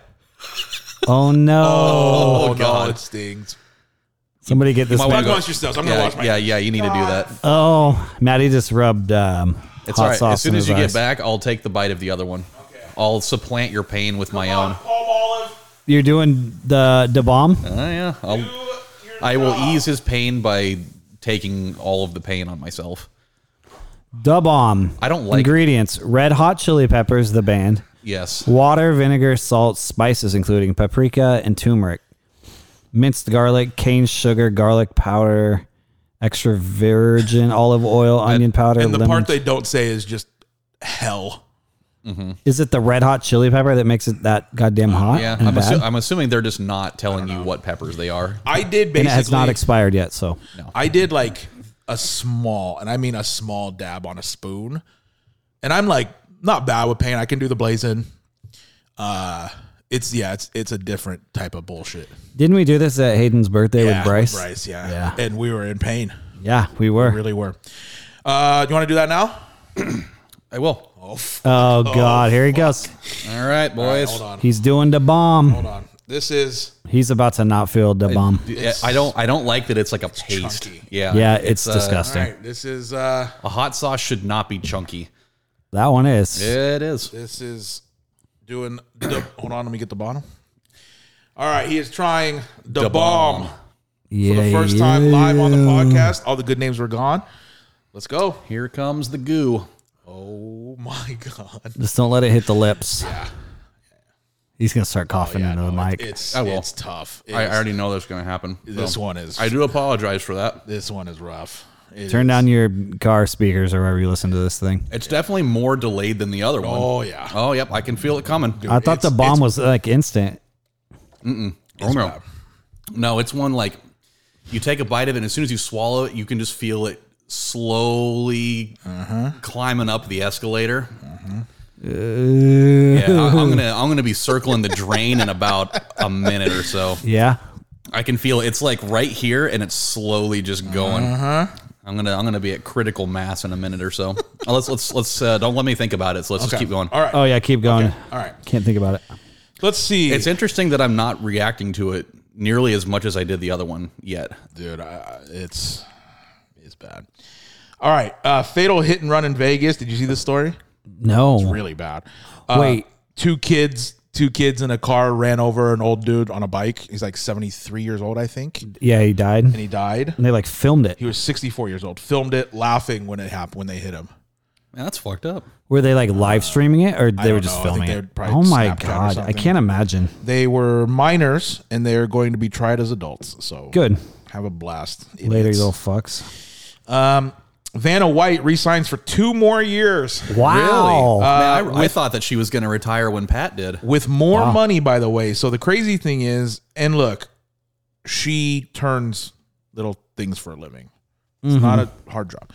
Oh no.
Oh,
God.
no, it stings.
Somebody get this.
might wanna
Talk
Man.
go-
amongst yourselves. I'm
yeah,
gonna watch my.
yeah, yeah, you need to do that.
Oh, Maddie just rubbed um,
It's all
hot
right.
sauce.
As soon
in
as
his
you
eyes.
get back, I'll take the bite of the other one. I'll supplant your pain with my own.
Palm olive.
you're doing the the bomb.
Oh yeah, I'll, I will ease his pain by taking all of the pain on myself.
Da bomb.
I don't like-
ingredients. Red Hot Chili Peppers, the band.
Yes.
Water, vinegar, salt, spices, including paprika and turmeric, minced garlic, cane sugar, garlic powder, extra virgin olive oil, onion powder.
And the
lemon.
part they don't say is just hell.
is it the red hot chili pepper that makes it that goddamn hot?
Uh, Yeah,
and
I'm,
bad?
assu- I'm assuming they're just not telling you what peppers they are.
I did
and
basically.
it has not expired yet. So
I did like a small, and I mean a small dab on a spoon, and I'm like not bad with pain. I can do the blazing. Uh, it's yeah, it's it's a different type of bullshit.
didn't we do this at Hayden's birthday
Yeah,
with Bryce?
Bryce, yeah,
Yeah.
and we were in pain,
Yeah, we were.
really were. Uh, you want to do that now?
I will.
oh God, here he goes.
All right, boys.
Hold on,
He's doing the bomb.
hold on. This is
He's about to not feel the bomb.
Yeah, I don't. I don't like that it's like a paste.
chunky.
Yeah.
Yeah, it's,
uh,
disgusting.
all right. This is uh,
A hot sauce should not be chunky.
That one is.
It is.
this is doing. The, hold on, let me get the bottom. All right, he is trying the, bomb.
yeah,
for the first time uh, live on the podcast. All the good names were gone. Let's go.
Here comes the goo.
Oh my god.
Just don't let it hit the lips. He's gonna start coughing into the mic.
Oh, It's
I will.
it's tough. It
I, I
is-
already know that's going to happen.
this
so.
one is
I do apologize for that.
this one is rough. It
Turn
is-
down your car speakers or wherever you listen to this thing.
It's definitely more delayed than the other one.
Oh yeah.
Oh, yep. I can feel it coming.
I thought the
it's-
bomb was like instant.
Oh, no. No, it's one like you take a bite of it, and as soon as you swallow it, you can just feel it slowly climbing up the escalator. Yeah, I, I'm gonna I'm gonna be circling the drain in about a minute or so.
Yeah.
I can feel it. it's like right here, and it's slowly just going. I'm gonna I'm gonna be at critical mass in a minute or so. Uh, let's let's let's uh, don't let me think about it. So let's just keep going.
All right.
Oh yeah. Keep going.
All right.
Can't think about it.
Let's see.
It's interesting that I'm not reacting to it nearly as much as I did the other one yet.
Dude, I, I- it's it's bad. All right. Uh fatal hit and run in Vegas. Did you see this story?
No.
Really bad. Uh,
Wait.
Two kids Two kids in a car ran over an old dude on a bike. He's like 73 years old, I think, and
Yeah, he died. And
he died.
they like filmed it.
He was 64 years old. Filmed it laughing when it happened when they hit him.
Man, that's fucked up.
Were they like live streaming it or they were
don't
just
know. I think
filming
they
it?
would probably
Oh my
Snapchat or
god, I
something.
can't imagine.
They were minors and they're going to be tried as adults. So
Good.
Have a blast.
Later,
idiots.
you little fucks.
Um, Vanna White resigns for two more years Uh,
Wow.
Man, I, I thought that she was going to retire when Pat did.
with more money, by the way. So the crazy thing is, and look, she turns little things for a living. It's not
Mm-hmm.
a hard job,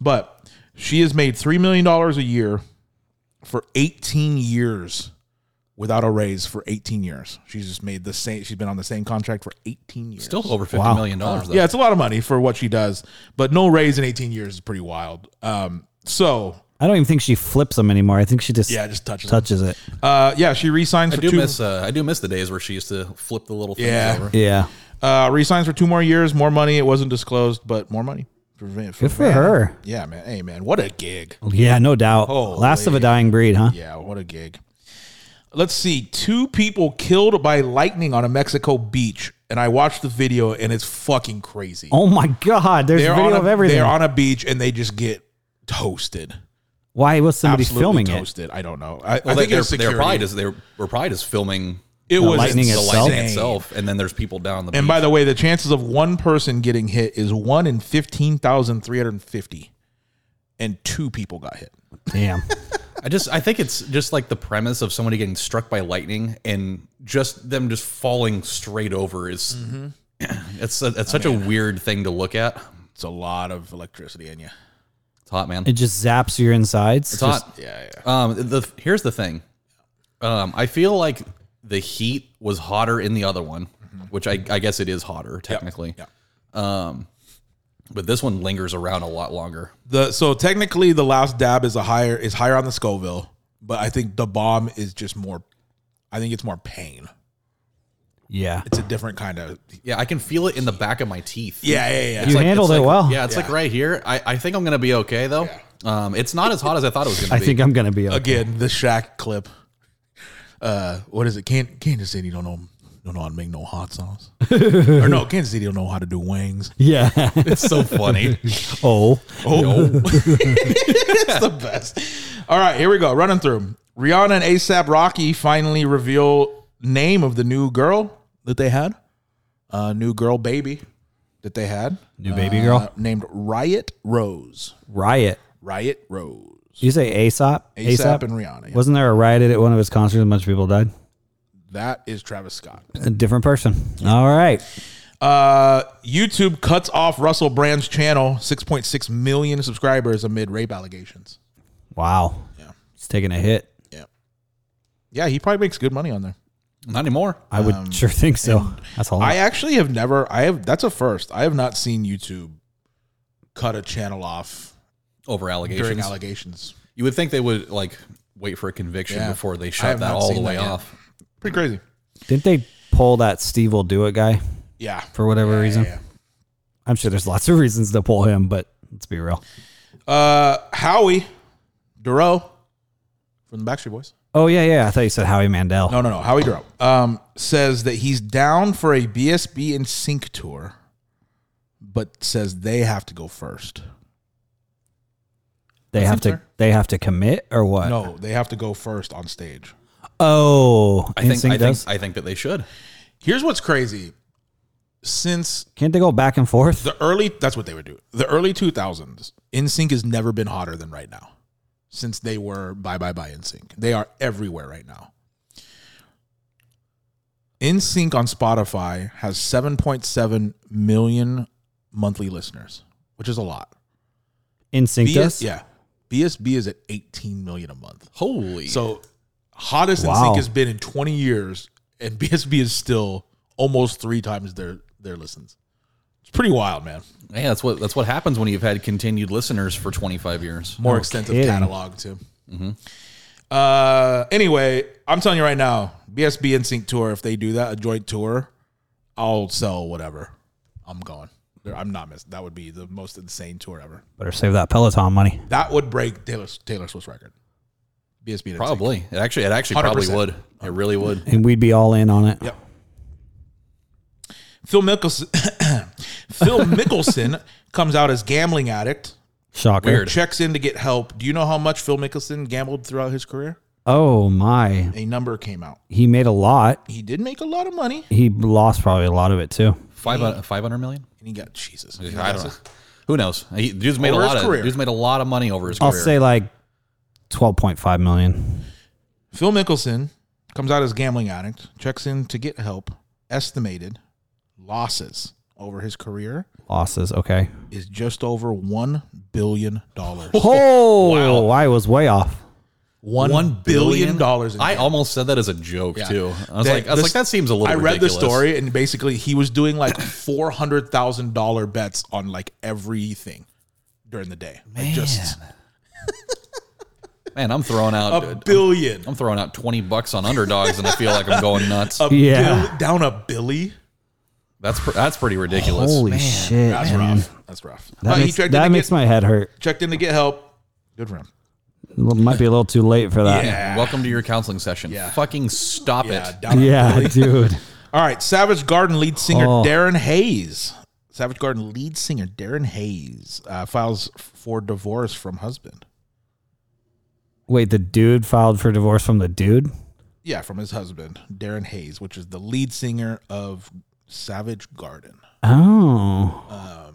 but she has made three million dollars a year for 18 years without a raise for 18 years. She's just made the same. She's been on the same contract for 18 years.
Still over fifty million dollars. Though.
Yeah, it's a lot of money for what she does, but no raise in 18 years is pretty wild. Um, so
I don't even think she flips them anymore. I think she just
yeah, it just touches.
touches it.
Uh, yeah, she resigns
I
for
do
two.
miss. Uh, I do miss the days where she used to flip the little things
Yeah.
over.
Yeah.
uh, resigns for two more years, more money. It wasn't disclosed, but more money. For, Van-
Good for
Van.
her.
Yeah, man. Hey, man, what a gig.
Yeah, no doubt.
Holy.
Last of a dying breed, huh?
Yeah, what a gig. Let's see. Two people killed by lightning on a Mexico beach, and I watched the video, and it's fucking crazy.
Oh my God! There's
they're
video
on a,
of everything.
They're on a beach, and they just get toasted.
Why was somebody filming it?
toasted. I don't know. I, I
Well,
think
they,
it
are
was security.
pride is they were pride is filming
it was
lightning
the
insane.
itself?
lightning itself, and then there's people down the.
And
beach.
by the way, the chances of one person getting hit is one in fifteen thousand three hundred and fifty, and two people got hit.
Damn.
I just I think it's just like the premise of somebody getting struck by lightning and just them just falling straight over is
Mm-hmm.
it's a, it's such a weird thing to look at.
It's a lot of electricity in you.
It's hot, man.
It just zaps your insides.
It's hot.
Yeah, yeah.
Um, the here's the thing. Um, I feel like the heat was hotter in the other one,
Mm-hmm.
which I, I guess it is hotter technically.
yep.
Um, but this one lingers around a lot longer.
The so technically the last dab is a higher is higher on the Scoville, but I think the bomb is just more. I think it's more pain.
yeah.
It's a different kind of.
Yeah, I can feel it in the back of my teeth.
Yeah, yeah, yeah.
you
Like,
handled
it's
it
like-
well.
Yeah, it's like
Yeah.
right here. I, I think I'm gonna be okay though. Um, it's not as hot as I thought it was gonna
I
be.
think I'm gonna be. Okay.
Again, the Shaq clip. Uh, what is it? Can Kansas City don't know don't know how to make no hot sauce, or no Kansas City don't know how to do wings.
Yeah.
it's so funny.
oh,
It's the best. All right, here we go. Running through. Rihanna and ASAP Rocky finally reveal name of the new girl that they had. Uh, new girl baby that they had.
new baby girl.
Uh, named Riot Rose.
Riot.
Riot Rose.
Did you say ASAP?
ASAP, and Rihanna. Yeah.
Wasn't there a riot at one of his concerts? and A bunch of people died.
That is Travis Scott.
A different person. All right.
Uh, YouTube cuts off Russell Brand's channel, 6.6 million subscribers amid rape allegations.
Wow. Yeah. It's taking a hit.
Yeah. Yeah, he probably makes good money on there.
not anymore.
I would sure think so. That's all.
Um, I actually have never. I have. That's a first. I have not seen YouTube cut a channel off
Over allegations.
during allegations.
you would think they would like wait for a conviction
Yeah.
before they
I
shut
have
that
not
all the
seen
way
that yet.
off.
Pretty crazy.
Didn't they pull that Steve will do it guy
Yeah.
for whatever reason?
yeah.
I'm sure there's lots of reasons to pull him, but let's be real.
Uh, Howie Duro from the Backstreet Boys.
Oh yeah, yeah. I thought you said Howie Mandel.
No, no, no. Howie Duro um, says that he's down for a BSB and Sync tour, but says they have to go first.
they have to. They have to commit or what?
No, they have to go first on stage.
Oh,
I think I
Instinct
think
does.
I think that they should.
Here's what's crazy. Since
Can't they go back and forth?
the early that's what they would do the early 2000s insync has never been hotter than right now since they were bye bye bye insync they are everywhere right now insync on spotify has 7.7 million monthly listeners which is a lot
Instinct does.
BS, yeah bsb is at 18 million a month
Holy.
so hottest
Wow.
insync has been in 20 years and bsb is still almost three times their their listens it's pretty wild man
yeah, that's what that's what happens when you've had continued listeners for 25 years.
more extensive
kidding.
catalog too. Uh, anyway, I'm telling you right now, BSB NSYNC tour. If they do that, a joint tour, I'll sell whatever. I'm going. There- I'm not missing. That would be the most insane tour ever.
Better save that Peloton money.
That would break Taylor Taylor Swift's record. BSB and NSYNC.
Probably. It actually it actually probably
100%.
would. It really
Mm.
would.
and we'd be all in on it.
Yep. Phil Mickelson. Phil Mickelson comes out as gambling addict.
Shocker.
Weird.
Checks in to get help. Do you know how much Phil Mickelson gambled throughout his career?
Oh my.
A number came out.
He made a lot.
He did make a lot of money.
He lost probably a lot of it too.
500 500 million?
and he got Jesus.
I don't know. Who knows? He, dude's made
Over
a
his
lot of
career.
dude's made a lot of money over his
I'll
career.
say like 12.5 million.
Phil Mickelson comes out as gambling addict, checks in to get help. Estimated losses over his career
Losses, okay.
is just over one billion dollars.
Oh, I was way off.
One billion dollars. in
I
gambling.
almost said that as a joke too. I
That-
was like, I was
this-
like, that seems a little.
I read
ridiculous.
the story and basically he was doing like four hundred thousand dollar bets on like everything during the day. Like just
Man, I'm throwing out.
a billion.
I'm throwing out twenty bucks on underdogs, and I feel like I'm going nuts.
A
Yeah.
bill- down a billy.
That's pr- that's pretty ridiculous.
Holy shit.
That's
man.
rough. That's rough.
That
But he
makes,
checked in
that
to
makes
get-
my head hurt.
checked in to get help. Good for him.
L- Might be a little too late for that. Yeah,
Welcome to your counseling session.
Yeah.
Fucking stop it.
down a billy.
dude.
All right, Savage Garden lead singer
Oh.
Darren Hayes. Savage Garden lead singer Darren Hayes uh, files for divorce from husband.
Wait, the dude filed for divorce from the dude?
Yeah, from his husband, Darren Hayes, which is the lead singer of Savage Garden. Um,
Oh.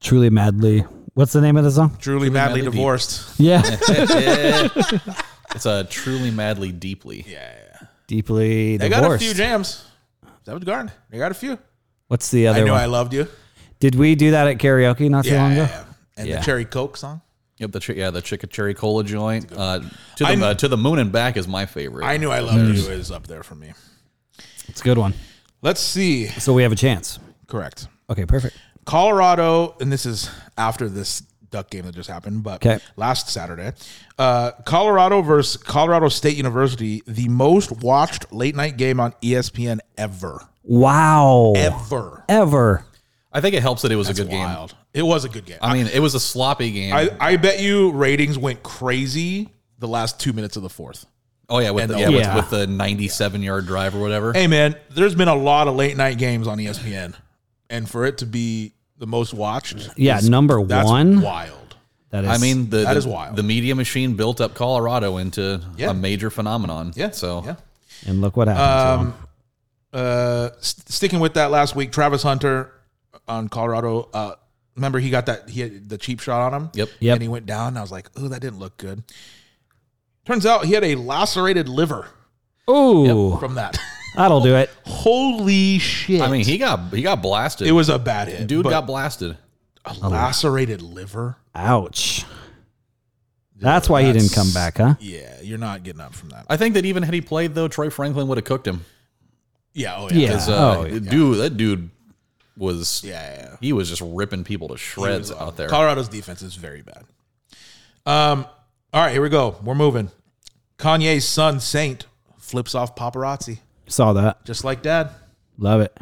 Truly madly What's the name of the song?
Truly, madly
madly deep.
divorced.
Yeah.
It's a truly, madly, deeply.
Deeply
They
divorced.
got a few jams. Savage Garden. They got a few.
What's the
I
other
knew
one?
I loved you.
Did we do that at karaoke not too long ago?
And
Yeah.
the Cherry Coke song.
Yep, the ch- yeah, the chicken cherry cola joint. Uh, to the
I'm-
uh, to the moon and back is my favorite.
I knew I loved you is up there for me.
It's a good one.
Let's see.
So we have a chance.
Correct.
Okay, perfect.
Colorado, and this is after this duck game that just happened, but
Okay.
last Saturday, uh, Colorado versus Colorado State University, the most watched late night game on E ESPN ever,
Wow.
ever.
Ever.
I think it helps that it was a good game.
Wild. It was a good game.
I mean, it was a sloppy game.
I, I bet you ratings went crazy the last two minutes of the fourth.
oh yeah, with
and
the,
the-
yeah,
Yeah.
With, with the ninety-seven yard drive or whatever.
Hey man, there's been a lot of late night games on E ESPN, and for it to be the most watched,
Yeah,
is-
number
that's
one.
wild.
That is.
I mean, the,
That
the,
is wild.
the media machine built up Colorado into
Yeah.
a major phenomenon.
Yeah.
So
yeah.
and look what
um,
happened. to him.
Uh, st- sticking with that last week, Travis Hunter on Colorado. Uh, remember he got that he had the cheap shot on him.
Yep.
Yep.
And he went down. And I was like, oh, that didn't look good. Turns out he had a lacerated liver
Ooh,
from that.
that'll do it.
Holy shit!
I mean, he got he got blasted.
it was a bad hit.
dude
but
got blasted.
a lacerated liver.
Ouch. That's why he didn't come back, huh?
Yeah, you're not getting up from that.
I think that even had he played though, Troy Franklin would have cooked him.
Yeah. Oh
Yeah.
yeah.
'Cause, uh,
Oh, yeah.
dude, that dude was
Yeah. yeah.
he was just ripping people to shreds
awful.
out there.
Colorado's defense is very bad. Um, all right, here we go. We're moving. Kanye's son Saint flips off paparazzi
Saw that.
just like dad.
Love it.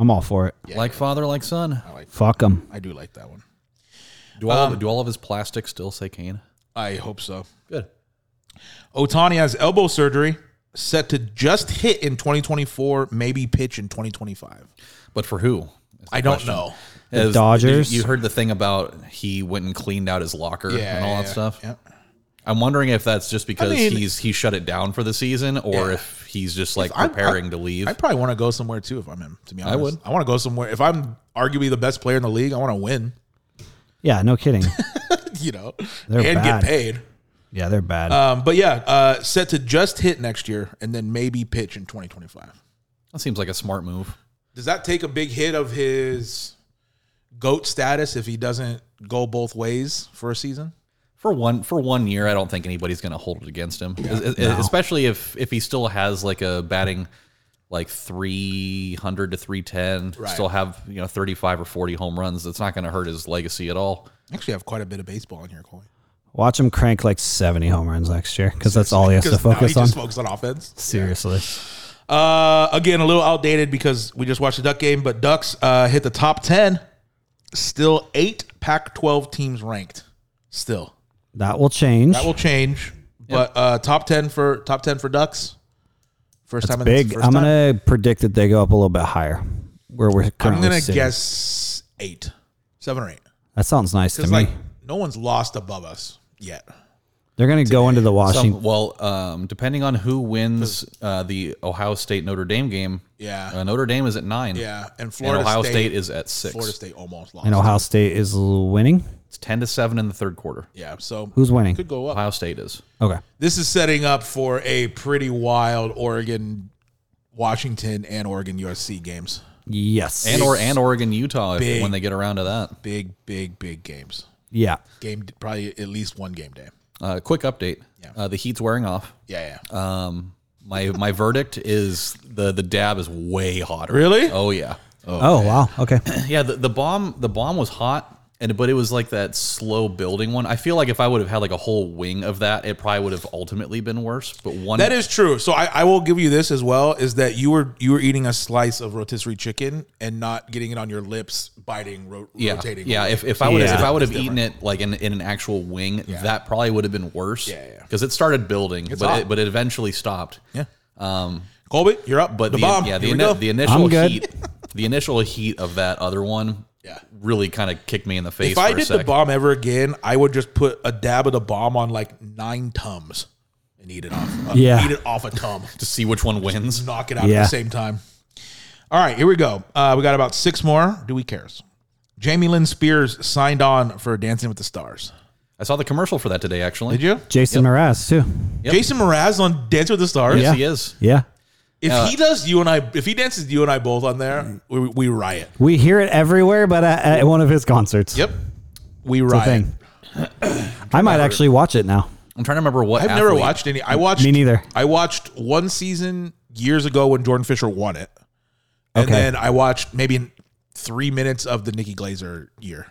I'm all for it.
like father, like son.
Fuck him.
I do like that one.
Do all
Um,
of, do all of his plastics still say Kane?
I hope so.
Good.
Otani has elbow surgery set to just hit in 2024, maybe pitch in 2025.
But for who?
I don't know.
The
Dodgers?
You, you heard the thing about he went and cleaned out his locker
Yeah,
and all
yeah,
that stuff.
yeah.
I'm wondering if that's just because
mean-
he's he shut it down for the season, or
Yeah.
if he's just like
I'm-
preparing
I-
to leave.
I probably want to go somewhere too if I'm him. To be honest,
would.
I want to go somewhere. If I'm arguably the best player in the league, I want to win.
Yeah, no kidding.
You know,
They're
and
bad.
get paid.
yeah, they're bad.
Um, but yeah, uh, set to just hit next year and then maybe pitch in 2025.
that seems like a smart move.
Does that take a big hit of his goat status if he doesn't go both ways for a season?
For one for one year, I don't think anybody's going to hold it against him, Es- es- especially if if he still has like a batting like 300 to 310,
Right.
still have you know 35 or 40 home runs. That's not going to hurt his legacy at all.
I Actually, have quite a bit of baseball in here, Coley.
Watch him crank like 70 home runs next year because that's all he has to
'Cause now
focus
he
on.
just focuses on offense.
Seriously.
Uh, again, a little outdated because we just watched the Duck game, but Ducks uh, hit the top 10. Still eight Pac 12 teams ranked. Still.
That will change.
That will change. But uh, top 10 for top 10 for Ducks. First time in
Big.
first
I'm
time.
going to predict that they go up a little bit higher where we're
I'm
currently
gonna
sitting.
guess eight, seven or eight.
That sounds nice to
Because
me.
like no one's lost above us yet.
They're going to go into the Washington.
Some, well, um, depending on who wins uh, the Ohio State Notre Dame game,
Yeah.
uh, Notre Dame is at nine,
Yeah, and
and
Florida
Ohio State,
State,
is at six.
Florida State almost lost.
and Ohio State is winning.
It's ten to seven in the third quarter.
Yeah, so
Who's winning?
could go up?
Ohio State is.
Okay.
This is setting up for a pretty wild Oregon, Washington, and Oregon USC games.
Yes.
and or and Oregon Utah if,
Big.
when they get around to that.
Big, big, big games.
yeah.
Game probably at least one game day.
Uh, quick update: uh, the heat's wearing off.
Yeah, yeah.
Um, my my verdict is the the dab is way hotter.
Really?
Oh yeah,
Oh, wow. Okay.
yeah. The, the bomb the bomb was hot. And, but it was like that slow building one. I feel like if I would have had like a whole wing of that, it probably would have ultimately been worse. But one
that is true. So I, I will give you this as well: is that you were you were eating a slice of rotisserie chicken and not getting it on your lips, biting, ro-
yeah,
rotating.
yeah. If, if I would
Yeah.
if I would have eaten it like in, in an actual wing, that probably would have been worse.
Yeah, yeah.
because it started building, but
hot.
it, but it eventually stopped.
Yeah. Colby, you're up.
um, But
the,
the,
bomb.
yeah, the,
Here we
ini-
go.
the initial
I'm good.
heat, the initial heat of that other one,
Yeah.
really kind of kicked me in the face.
if I
for a
did
sec.
the bomb ever again, I would just put a dab of the bomb on like nine tums and eat it off. Uh,
Yeah.
eat it off a tum.
to see which one wins.
Knock it out
Yeah.
at the same time. All right, here we go. Uh, we got about six more. Do we cares? Jamie Lynn Spears signed on for Dancing with the Stars.
I saw the commercial for that today, actually.
Did you?
Jason Mraz too.
Jason Mraz on Dancing with the Stars.
Yes, he is.
Yeah.
If he does, you and I. If he dances, you and I both on there, we, we riot.
We hear it everywhere, but at, at one of his concerts.
Yep, we
The
riot.
thing. I might actually watch it now.
I'm trying to remember what.
I've never
athlete-
watched any. I watched
Me neither.
I watched one season years ago when Jordan Fisher won it, and
Okay.
then I watched maybe three minutes of the Nikki Glazer year.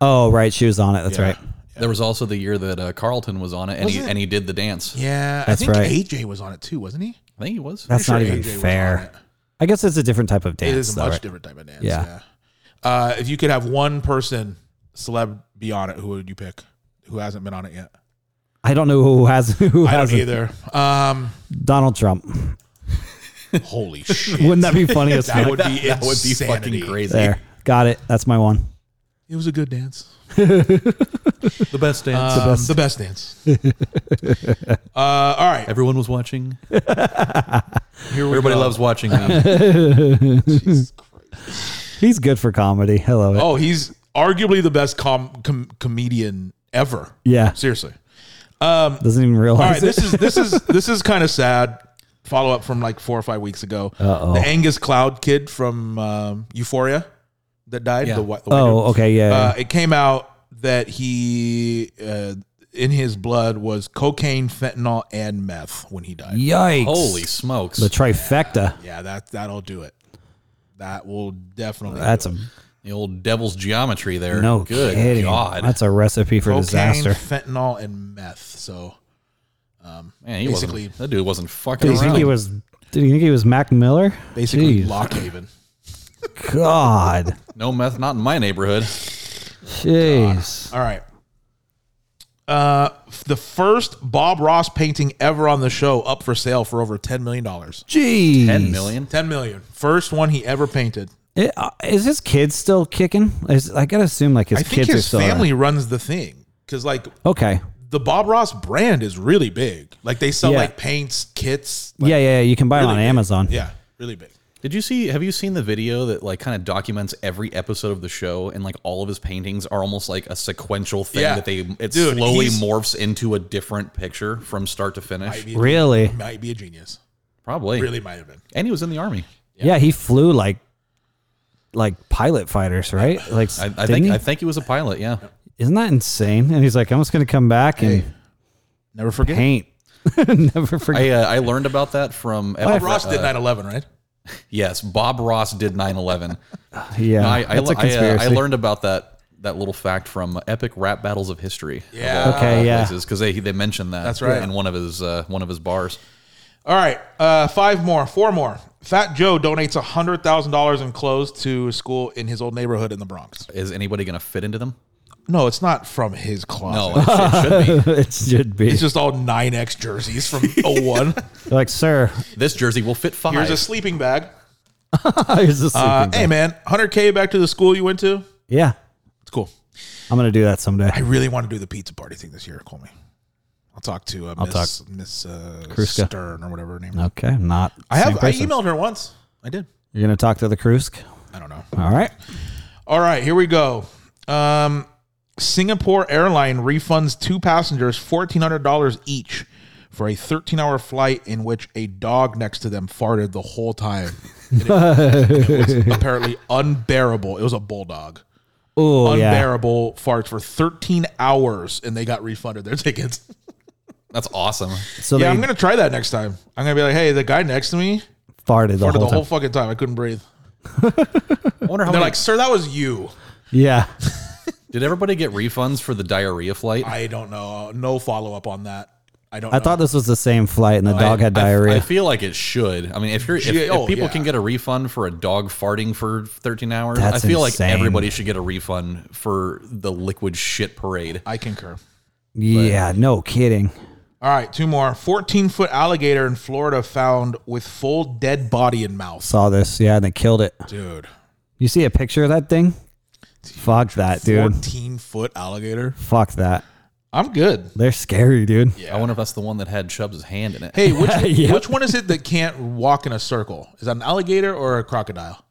Oh, right. She was on it. That's right.
There was also the year that uh, Carlton was on it, and he
it?
and he did the dance.
Yeah,
That's
I think
right.
AJ was on it too, wasn't he?
I think he was.
That's
Pretty
not
sure
even
AJ was on
fair.
it.
I guess it's a different type of
It
dance.
is a
though,
much
right?
different type of dance.
Yeah.
Yeah. Uh, if you could have one person celeb be on it, who would you pick? Who hasn't been on it yet?
I don't know who has who
I
has
don't
it.
either. Um,
Donald Trump.
holy shit!
Wouldn't that be funny as
that
fuck?
would be that
would be fucking crazy.
There. Got it. That's my one.
It was a good dance.
The best dance.
Um, the best dance. uh, all right.
Everyone was watching.
Here we
Everybody
go.
loves watching me.
He's good for comedy. I love it.
Oh, he's arguably the best com- com- comedian ever.
Yeah.
seriously.
Doesn't even
All
realize
right,
it.
this is this is this is kind of sad. Follow up from like four or five weeks ago. The Angus Cloud kid from um, Euphoria that died.
Yeah.
The, whi- the white
oh,
dude.
okay. Yeah. yeah.
Uh, it came out that he uh, in his blood was cocaine, fentanyl, and meth when he died.
Yikes.
Holy smokes!
The trifecta.
Yeah, that that'll do it. That will definitely.
That's a
the old devil's geometry there.
no
good
kidding.
god.
That's a recipe for
cocaine,
disaster.
fentanyl, and meth. So
Man, he
basically-
wasn't, that dude wasn't fucking
Do you think
around.
he was? Did you think he was Mac Miller?
basically,
Jeez.
Lockhaven.
God.
no meth, not in my neighborhood.
Jeez.
All right. Uh, f- the first Bob Ross painting ever on the show, up for sale for over ten million dollars.
Jeez.
Ten million.
Ten million. First one he ever painted.
It, uh, is his kids still kicking? Is, I gotta assume like his
I think
kids are
his
still.
family runs the thing because like
Okay.
the Bob Ross brand is really big. Like they sell
Yeah.
like paints, kits. Like,
yeah, yeah, yeah. You can buy it on
big.
Amazon.
yeah, really big.
Did you see? Have you seen the video that like kind of documents every episode of the show, and like all of his paintings are almost like a sequential thing
Yeah.
that they it
Dude,
slowly
he's-
morphs into a different picture from start to finish.
Might be,
Really?
might be a genius.
Probably.
Really might have been.
And he was in the army.
Yeah. he flew like, like pilot fighters, right? Like,
I, I
didn't
think.
he?
I think he was a pilot. Yeah.
isn't that insane? And he's like, I'm just gonna come back and
Never forget.
paint. Never forget.
I uh, I learned about that from
Bob Ross did
uh,
9/11, right?
Yes, Bob Ross did 9/11.
yeah,
I I,
that's a
I, uh,
conspiracy.
I learned about that that little fact from Epic Rap Battles of History. Uh,
Yeah.
Okay, yeah.
Because they they mentioned that.
That's right.
In one of his uh, one of his bars.
All right, uh, five more, four more. Fat Joe donates hundred thousand dollars in clothes to a school in his old neighborhood in the Bronx.
Is anybody going to fit into them?
No, it's not from his closet.
No, it, it should be.
it should be
It's just all 9X jerseys from 01.
like, sir,
This jersey will fit five.
Here's a sleeping bag.
here's a sleeping
Uh,
bag.
hey, man, 100K back to the school you went to.
yeah,
It's cool.
I'm gonna do that someday.
I really want to do the pizza party thing this year. Call me. I'll talk to uh, Miss,
talk.
Miss uh,
Kruska.
Stern or whatever her name is.
Okay, I'm not.
I
same
have. I
person.
emailed her once. I did.
You're gonna talk to the Krusk.
I don't know.
All right.
All right, here we go. Um, Singapore Airline refunds two passengers $1,400 each for a 13 hour flight in which a dog next to them farted the whole time. And it, it was apparently unbearable. It was a bulldog.
Oh yeah.
unbearable farts for 13 hours and they got refunded their tickets.
That's awesome.
So
yeah,
they
I'm going to try that next time. I'm going to be like, hey, the guy next to me
farted the
farted the
whole
whole,
time.
fucking time. I couldn't breathe.
I wonder how
They're
many,
like, sir, that was you.
yeah.
did everybody get refunds for the diarrhea flight?
I don't know. No follow up on that. I don't
I
know.
thought this was the same flight, and the dog had
I-
diarrhea.
I, feel like it should. I mean, if you're if,
Yeah,
if
oh,
people
yeah.
can get a refund for a dog farting for 13 hours,
That's
I feel
insane.
like everybody should get a refund for the liquid shit parade.
I concur.
yeah. No kidding.
All right, two more. 14 foot alligator in Florida found with full dead body and mouth.
Saw this. Yeah, and they killed it.
Dude.
You see a picture of that thing? Fuck that, dude.
14 foot alligator.
Fuck that.
I'm good.
They're scary, dude.
I wonder if that's the one that had Chubb's hand in it.
Hey, which,
Yeah.
which one is it that can't walk in a circle? Is that an alligator or a crocodile?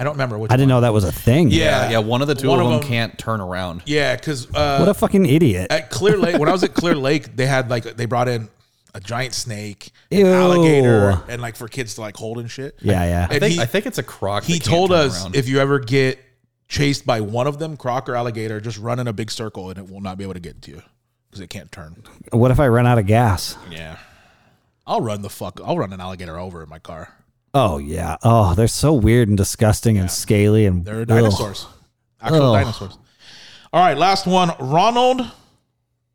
I don't remember which.
I didn't
one.
know that was a thing.
Yeah, yeah. One of the two
One
of
of
them,
them-
can't turn around.
Yeah, because
What
uh,
a fucking idiot.
at Clear Lake, when I was at Clear Lake, they had like they brought in a giant snake, an
Ew.
alligator, and like for kids to like hold and shit.
Yeah, yeah.
And
I think,
he,
I think it's a croc.
he
that can't
told
turn
us
around.
if you ever get chased by one of them, croc or alligator, just run in a big circle and it will not be able to get to you because it can't turn.
What if I run out of gas?
Yeah, I'll run the fuck. I'll run an alligator over in my car.
Oh yeah. Oh, they're so weird and disgusting and scaly and
They're
ugh.
dinosaurs, actual
Ugh.
dinosaurs. All right, last one. Ronald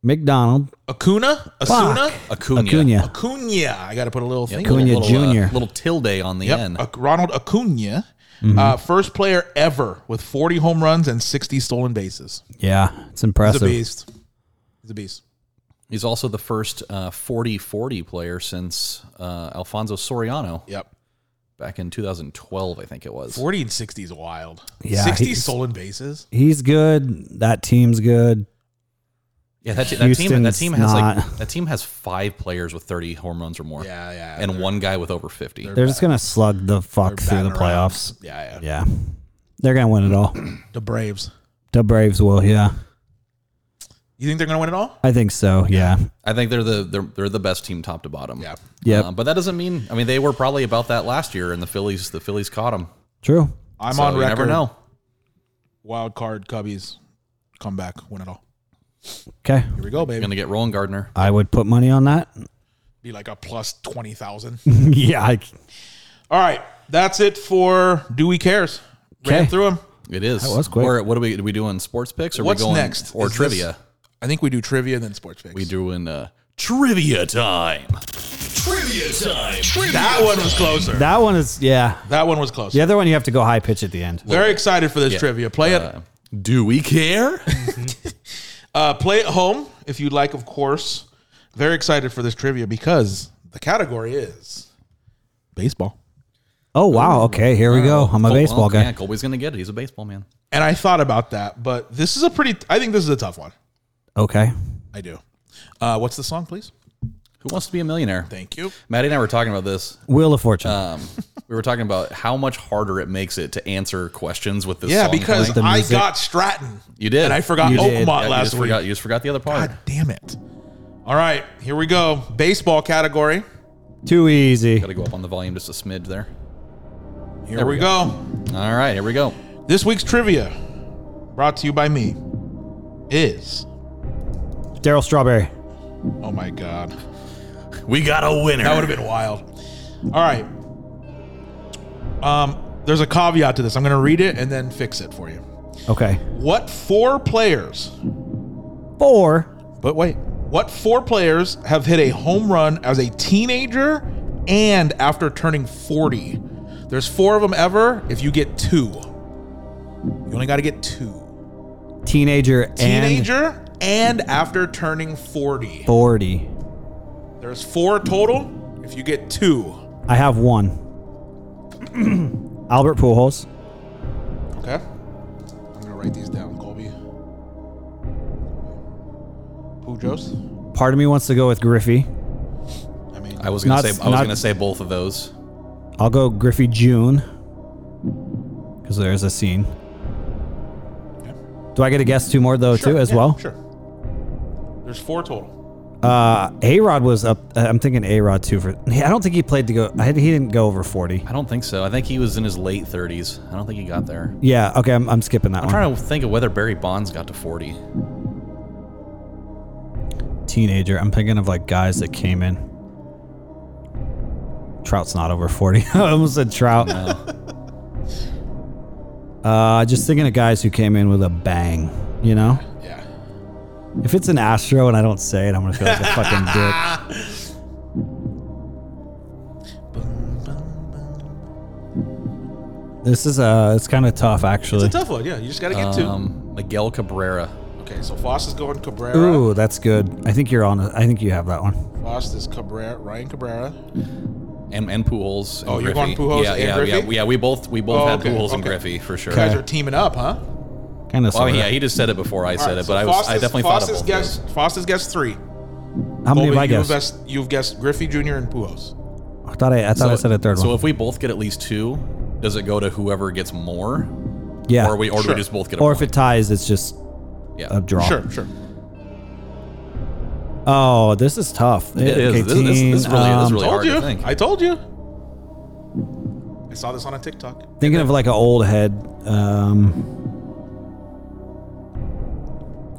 McDonald
Acuna, Asuna,
Fuck.
Acuna,
Acuna.
Acuna. I got to put a little thing.
Acuna
little, uh,
Jr..
little tilde on the
Yep,
end.
Ac- Ronald Acuna, uh, first player ever with 40 home runs and 60 stolen bases.
Yeah, it's
He's a
impressive.
beast. He's a beast.
He's also the first 40 40 player since uh, Alfonso Soriano
Yep.
back in 2012, I think it was.
40 and 60 is wild.
Yeah,
60
he's-
stolen bases.
He's good. That team's good.
Yeah, that, that team that
Houston's
team has like
not-
that team has five players with 30 home runs or more.
Yeah, yeah.
and one guy with over 50.
They're just gonna slug the fuck through the
batting around.
playoffs.
Yeah, yeah.
Yeah, they're gonna win it all.
The Braves.
The Braves will. Yeah,
You think they're going to win it all?
I think so. Yeah,
I think they're the they're, they're the best team top to bottom.
Yeah.
Yep.
Uh, but that doesn't mean I mean they were probably about that last year, and the Phillies the Phillies caught them.
true.
I'm on record.
You never know.
Wild card Cubbies come back, win it all.
Okay,
Here we go,
You're
baby.
gonna get Roland Gardner.
I would put money on that.
Be like a plus 20,000.
yeah, I,
all right. That's it for Do We Cares. Ran
Okay.
through them.
It is. That
was quick.
Or what do we do? We doing sports picks? Or are
What's
we going
next?
Or
Is this-
trivia?
I think we do trivia and then sports picks.
We doing uh, trivia time.
That one was closer.
that one is. Yeah,
That one was closer.
the other one you have to go high pitch at the end.
Very excited for this trivia. Play it.
um, Do we care?
Uh, play at home if you'd like, of course. Very excited for this trivia because the category is baseball.
Oh wow. Okay, here we go. I'm a
Col-
baseball
well, Yeah,
guy.
Colby's gonna get it. He's a baseball man.
And I thought about that, but this is a pretty. I think this is a tough one.
Okay.
I do. Uh, what's the song, please?
Who wants to be a millionaire?
Thank you.
Maddie and I were talking about this.
Wheel of Fortune.
Um, we were talking about how much harder it makes it to answer questions with this.
Yeah,
song
because
playing.
I
music.
got Stratton.
you did,
And I forgot
You did.
Oakmont
Yeah, you
last
just
week.
Forgot, you just forgot the other part.
God damn it. All right, here we go. Baseball category.
Too easy.
Got to go up on the volume just a smidge there.
Here
There
we
we
go.
All right, here we go.
This week's trivia, brought to you by me, is.
Daryl Strawberry.
Oh my God.
We got a winner.
That would have been wild. All right. Um, there's a caveat to this. I'm going to read it and then fix it for you.
Okay.
What four players,
Four.
but wait, what four players have hit a home run as a teenager and after turning 40? There's four of them ever. If you get two, you only got to get two.
Teenager. and
Teenager and after turning 40.
Forty.
There's four total. If you get two,
I have one. Albert Pujols.
Okay. I'm gonna write these down, Colby. Pujos.
Part of me wants to go with Griffey.
I mean,
I was gonna
Not-
say. I was
not-
gonna say both of those.
I'll go Griffey June. Because there's a scene. Do I get to guess two more though
Sure,
too as
yeah,
well?
Sure. There's four total.
Uh, A Rod was up. uh, I'm thinking A Rod too for. I don't think he played to go. I, he didn't go over 40.
I don't think so. I think he was in his late 30s. I don't think he got there.
Yeah. Okay. I'm, I'm skipping that
I'm
one.
trying to think of whether Barry Bonds got to 40.
Teenager. I'm thinking of like guys that came in. Trout's not over 40. I almost said Trout. Uh, just thinking of guys who came in with a bang. You know.
Yeah.
If it's an Astro and I don't say it, I'm gonna feel like a fucking dick.
Ah.
This is uh, it's kind of tough actually.
It's a tough one. Yeah, you just gotta get
Um, Miguel Cabrera.
two. Okay, so Foss is going Cabrera.
Ooh, that's good. I think you're on. I think you have that one.
Foss is Cabrera. Ryan Cabrera.
And, and Pujols. And
Oh, you're
Griffey.
going Pujols
yeah,
and
yeah,
Griffey?
Yeah, yeah, we both we both
Oh,
had
okay,
Pujols and
okay.
Griffey for sure.
Guys are teaming up, huh?
Kind of.
Well, I mean, yeah,
yeah,
he just said it before I said
All right,
it, but
so
I was
Foss
I
is-
definitely
Foss
thought
is
of both.
guessed,
of
Foss has guessed three.
How many
Colby,
have I
you've
guessed?
guessed- You've guessed Griffey Jr. and Pujols.
I thought I, I thought I
those.
said a third
so
one.
if we both get at least two, Does it go to whoever gets more?
Yeah.
Or we or do
Sure.
we just both get a
or if uh,
point?
it ties, it's just
yeah.
a draw.
Sure, sure.
Oh, this is tough. Um,
It is. This- this- this really- this
Told
really- hard to
you.
think.
I told you. I saw this on a TikTok.
Thinking of like an old head. Um,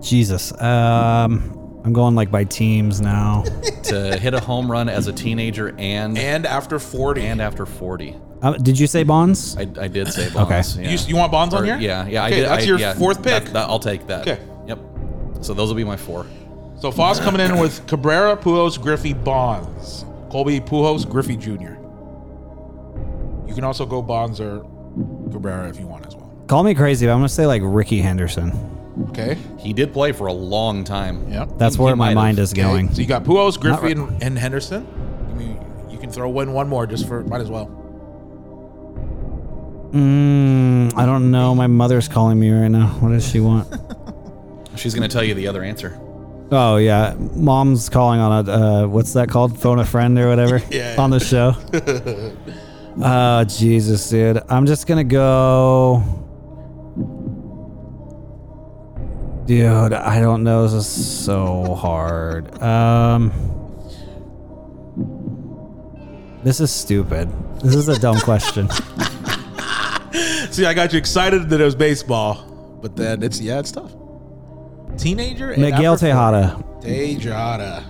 Jesus. Um, I'm going like by teams now.
to hit a home run as a teenager and and,
And after 40.
after 40.
Uh, did you say Bonds?
I, I did say bonds.
Okay.
Yeah.
You, you want Bonds
Or-
on here?
Yeah, yeah.
Okay,
I did,
that's
I-
your
yeah,
fourth
that-
pick.
that- I'll take that.
Okay.
Yep. So those will be my four.
So Foss coming in with Cabrera, Pujols, Griffey, Bonds, Colby, Pujols, Griffey Jr. You can also go Bonds or Cabrera if you want as well.
Call me crazy, but I'm gonna say like Ricky Henderson.
Okay.
He did play for a long time.
Yep.
That's
He-
where
he might
my
have.
mind is going.
So you got Pujols, Griffey,
right.
and, and Henderson. I mean, you can throw in one more just for might as well.
Mm, I don't know. My mother's calling me right now. What does she want?
She's going to tell you the other answer.
Oh yeah, mom's calling on a uh, what's that called? Phone a friend or whatever
Yeah.
on the show. oh Jesus, dude! I'm just gonna go. Dude, I don't know. This is so hard. Um, this is stupid. This is a dumb question.
See, I got you excited that it was baseball, but then it's yeah, it's tough. Teenager and
Miguel
after-
Tejada.
Tejada.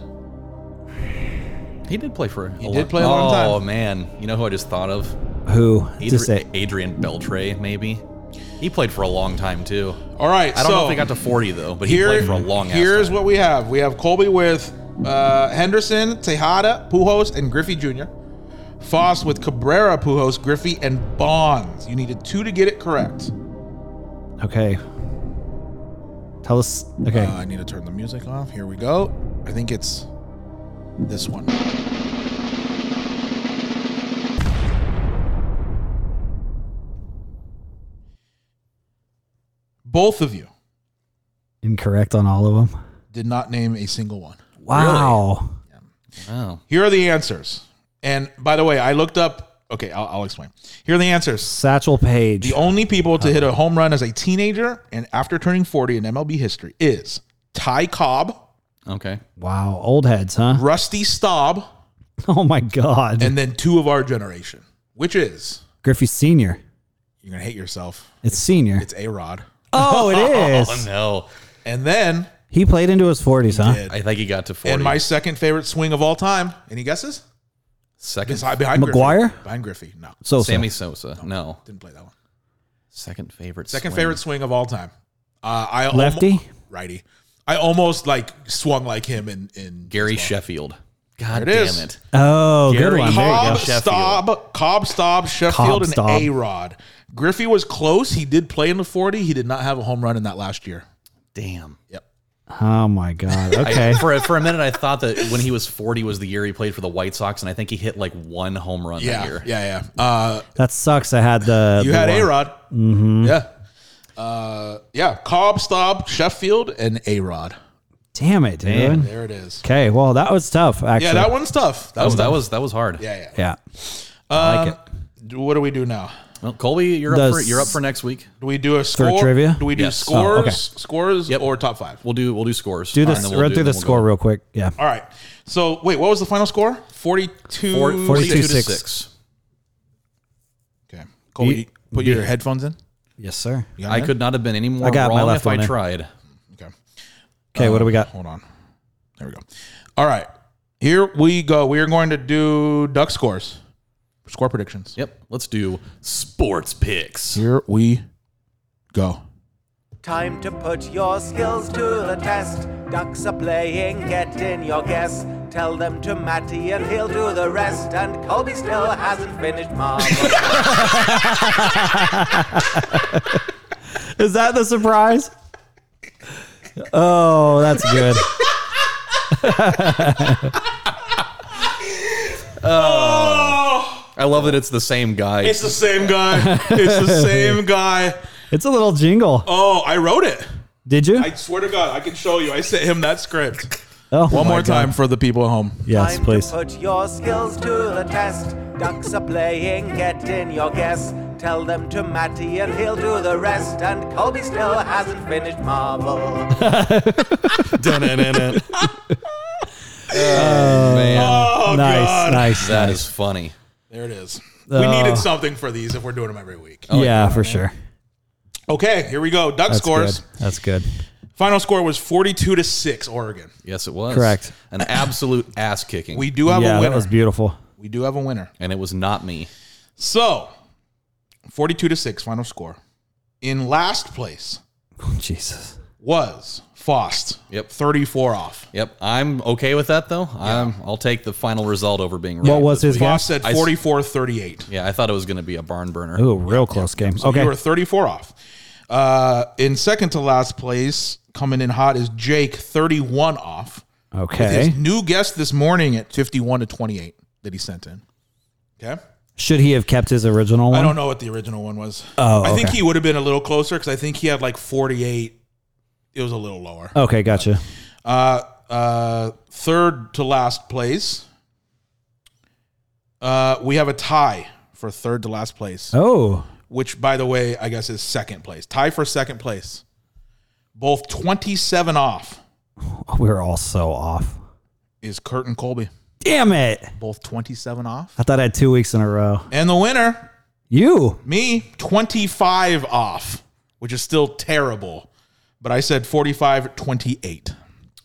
He did play for. He
did play a long time.
Oh man, you know who I just thought of?
Who? Just say
Adri- Adrian Beltre, maybe. He played for a long time too.
All right.
I don't
so
know if he got to 40 though, but he
here,
played for a long. ass
Here's
time.
what we have. We have Colby with uh, Henderson, Tejada, Pujols, and Griffey Jr. Foss with Cabrera, Pujols, Griffey, and Bonds. You needed two to get it correct.
okay. Tell us. Okay.
Uh, I need to turn the music off. Here we go. I think it's this one. Both of you
Incorrect on all of them.
did not name a single one.
Wow.
Oh,
Here are the answers. And by the way, I looked up. Okay, I'll, I'll explain. Here are the answers.
Satchel Paige.
The only people to hit a home run as a teenager and after turning 40 in MLB history is Ty Cobb,
okay.
wow, old heads, huh?
Rusty Staub,
Oh my God,
and then two of our generation, which is
Griffey Senior.
you're gonna hate yourself.
It's Senior.
It's A Rod,
oh, it is.
Oh no,
and then
He played into his forties, huh?
did.
I think he got to 40.
and my second favorite swing of all time. Any guesses?
second,
Besi- Behind
Maguire?
Griffey. behind Griffey. No,
So
Sammy Sosa. No,
didn't play that one.
second favorite.
Second
swing.
favorite swing of all time. Uh, I almo-
lefty.
righty. I almost like swung like him in in
Gary Sheffield. God
There it
damn
is.
it.
Oh, good
Gary
one. There you
Cobb,
go.
Sheffield.
Staub, Cobb, Staub, Sheffield, and
Staub.
A Rod. Griffey was close. He did play in the forty. He did not have a home run in that last year.
Damn.
Yep.
Oh my God.
I-
Okay.
for, a, for a minute, I thought that when he was 40 was the year he played for the White Sox, and I think he hit like one home run that
Yeah.
year.
Yeah. Yeah. Uh,
that sucks. I had the.
You
the
had
one.
A Rod.
Mm-hmm.
Yeah. Uh, yeah. Cobb, Staub, Sheffield, and A Rod.
Damn it, dude.
There it is.
Okay. Well, that was tough. Actually.
Yeah, that one's tough. That
That, was,
was
that was that was hard.
Yeah, yeah.
Yeah.
Um,
I like it.
do- What do we do now?
Well, Colby, you're
The
up for you're up
s-
for next week.
Do we do a score?
trivia?
Do we do
Yes. Oh,
scores?
okay.
Scores
Yep.
or top five?
We'll do we'll do scores.
Do
and
this.
then we'll
run
do-
through the
then we'll go.
score real quick. Yeah.
All right. So wait, what was the final score? Forty-two.
Four- 42 to
42-6.
six.
Okay. Cole, you, put your headphones in.
Yes, sir.
You got
I
them
could not have been any more
I got my
wrong
left
if I
one there.
tried.
in? Okay.
Okay. what do we got?
Hold on. There we go. All right. Here we go. We are going to do duck scores, score predictions.
Yep. Let's do sports picks.
Here we go.
Time to put your skills to the test. Ducks are playing, get in your guess. Tell them to Matty and he'll do the rest. And Colby still hasn't finished Marvel.
Is that the surprise? Oh, that's good.
I love that it's the same guy.
Oh, It's the same guy. It's the same guy.
It's a little jingle.
Oh, I wrote it.
Did you?
I swear to God, I can show you. I sent him that script.
Oh,
One
my
more
God.
time for the people at home.
Yes,
Time
please.
to put your skills to the test. Ducks are playing, get in your guess. Tell them to Matty and he'll do the rest. And Colby still hasn't finished Marvel.
Dun-dun-dun-dun. oh, man.
Oh,
nice, nice,
That
nice.
is funny.
There it is. we
Oh.
needed something for these if we're doing them every week.
yeah, for sure.
Okay, here we go. Duck
Oh. That's
scores.
good. That's good.
Final score was 42 to 6, Oregon.
Yes, it was.
Correct.
An absolute ass kicking.
We do have
yeah,
a
that
winner.
was beautiful.
we do have a winner.
and it was not me.
So, 42 to 6 final score. In last place
Oh, Jesus.
was Fost.
Yep.
34 off.
Yep. I'm okay with that, though. I'm, I'll take the final result over being right.
What was his
Foss
guess?
said
I s-
44 38.
Yeah, I thought it was going to be a barn burner.
Ooh, real close game.
So
okay.
you were 34 off. Uh, in second to last place, coming in hot is Jake, 31 off.
okay.
His new guest this morning at 51 to 28 that he sent in. Okay.
Should he have kept his original one?
I don't know what the original one was.
Oh,
I think
okay.
he would have been a little closer because I think he had like 48. It was a little lower.
Okay, gotcha.
Uh, uh, third to last place, uh, we have a tie for third to last place,
Oh,
which, by the way, I guess is second place. Tie for second place. Both 27 off
we were all so off.
is Kurt and Colby.
Damn it.
Both 27 off.
I thought I had two weeks in a row.
And the winner,
You.
Me, 25 off, which is still terrible. But I said 45 28.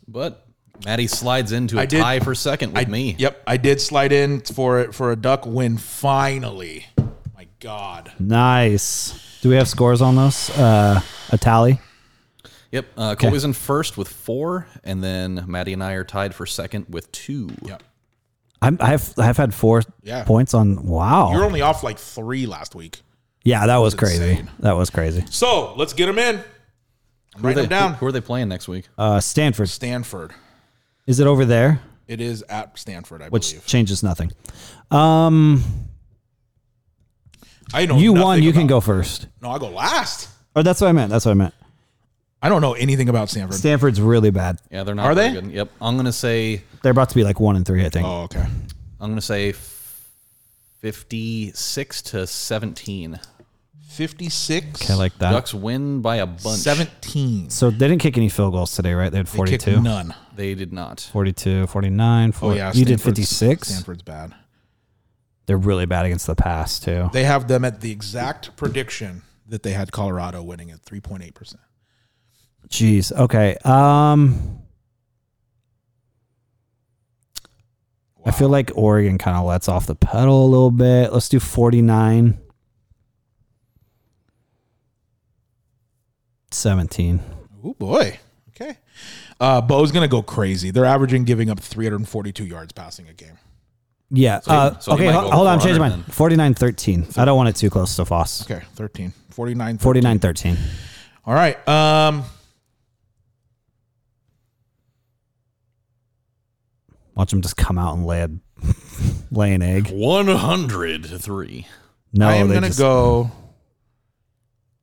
But Maddie slides into a
I did-
tie for second with me.
Yep, I did slide in for it for a duck win finally. My god.
Nice. Do we have scores on those? Uh, a tally?
Yep. Uh, Colby's in first with four, and then Maddie and I are tied for second with two.
Yep.
I'm, I've I've had four
Yeah.
points on. Wow.
You're only off like 3 last week.
yeah, that was crazy.
insane.
That was crazy.
So, let's get them in. I'm
Who are,
writing
they,
them down.
who are they playing next week?
Uh, Stanford.
Stanford.
Is it over there?
It is at Stanford, I
Which
believe.
changes nothing. Um,
I know
you
nothing
won. You can
about-
go first.
No, I go last.
Or Oh, that's what I meant. That's what I meant.
I don't know anything about Stanford.
Stanford's really bad.
Yeah, they're not.
Are
very
they?
Good. Yep. I'm gonna say.
They're about to be like one and three, I think.
oh, okay.
I'm gonna say f- fifty-six to seventeen.
56.
I like that.
Ducks win by a bunch.
17.
So they didn't kick any field goals today, right? They Oh, had
They kicked
42.
None. Oh,
42. not.
42, 49, 40. you did
Stanford's-
56.
Stanford's bad.
They're really bad against the pass, too.
They have them at the exact prediction that they had Colorado winning at 3.8%.
Jeez. Okay. Um, I feel like Oregon kind of lets off the pedal a little bit. Let's do 49. 17.
Oh, boy. Okay. Uh, Bo's going to go crazy. They're averaging giving up 342 yards passing a game.
Yeah.
he-
uh,
so he
okay.
might
ho-
go
Hold on.
400
Change mine.
then.
49 13. I don't want it too close to Foss.
Okay. 13. 49.
49 13.
All right. Um,
Watch him just come out and lay, a, lay an egg.
One hundred three.
No,
I am
they
going to
just-
go.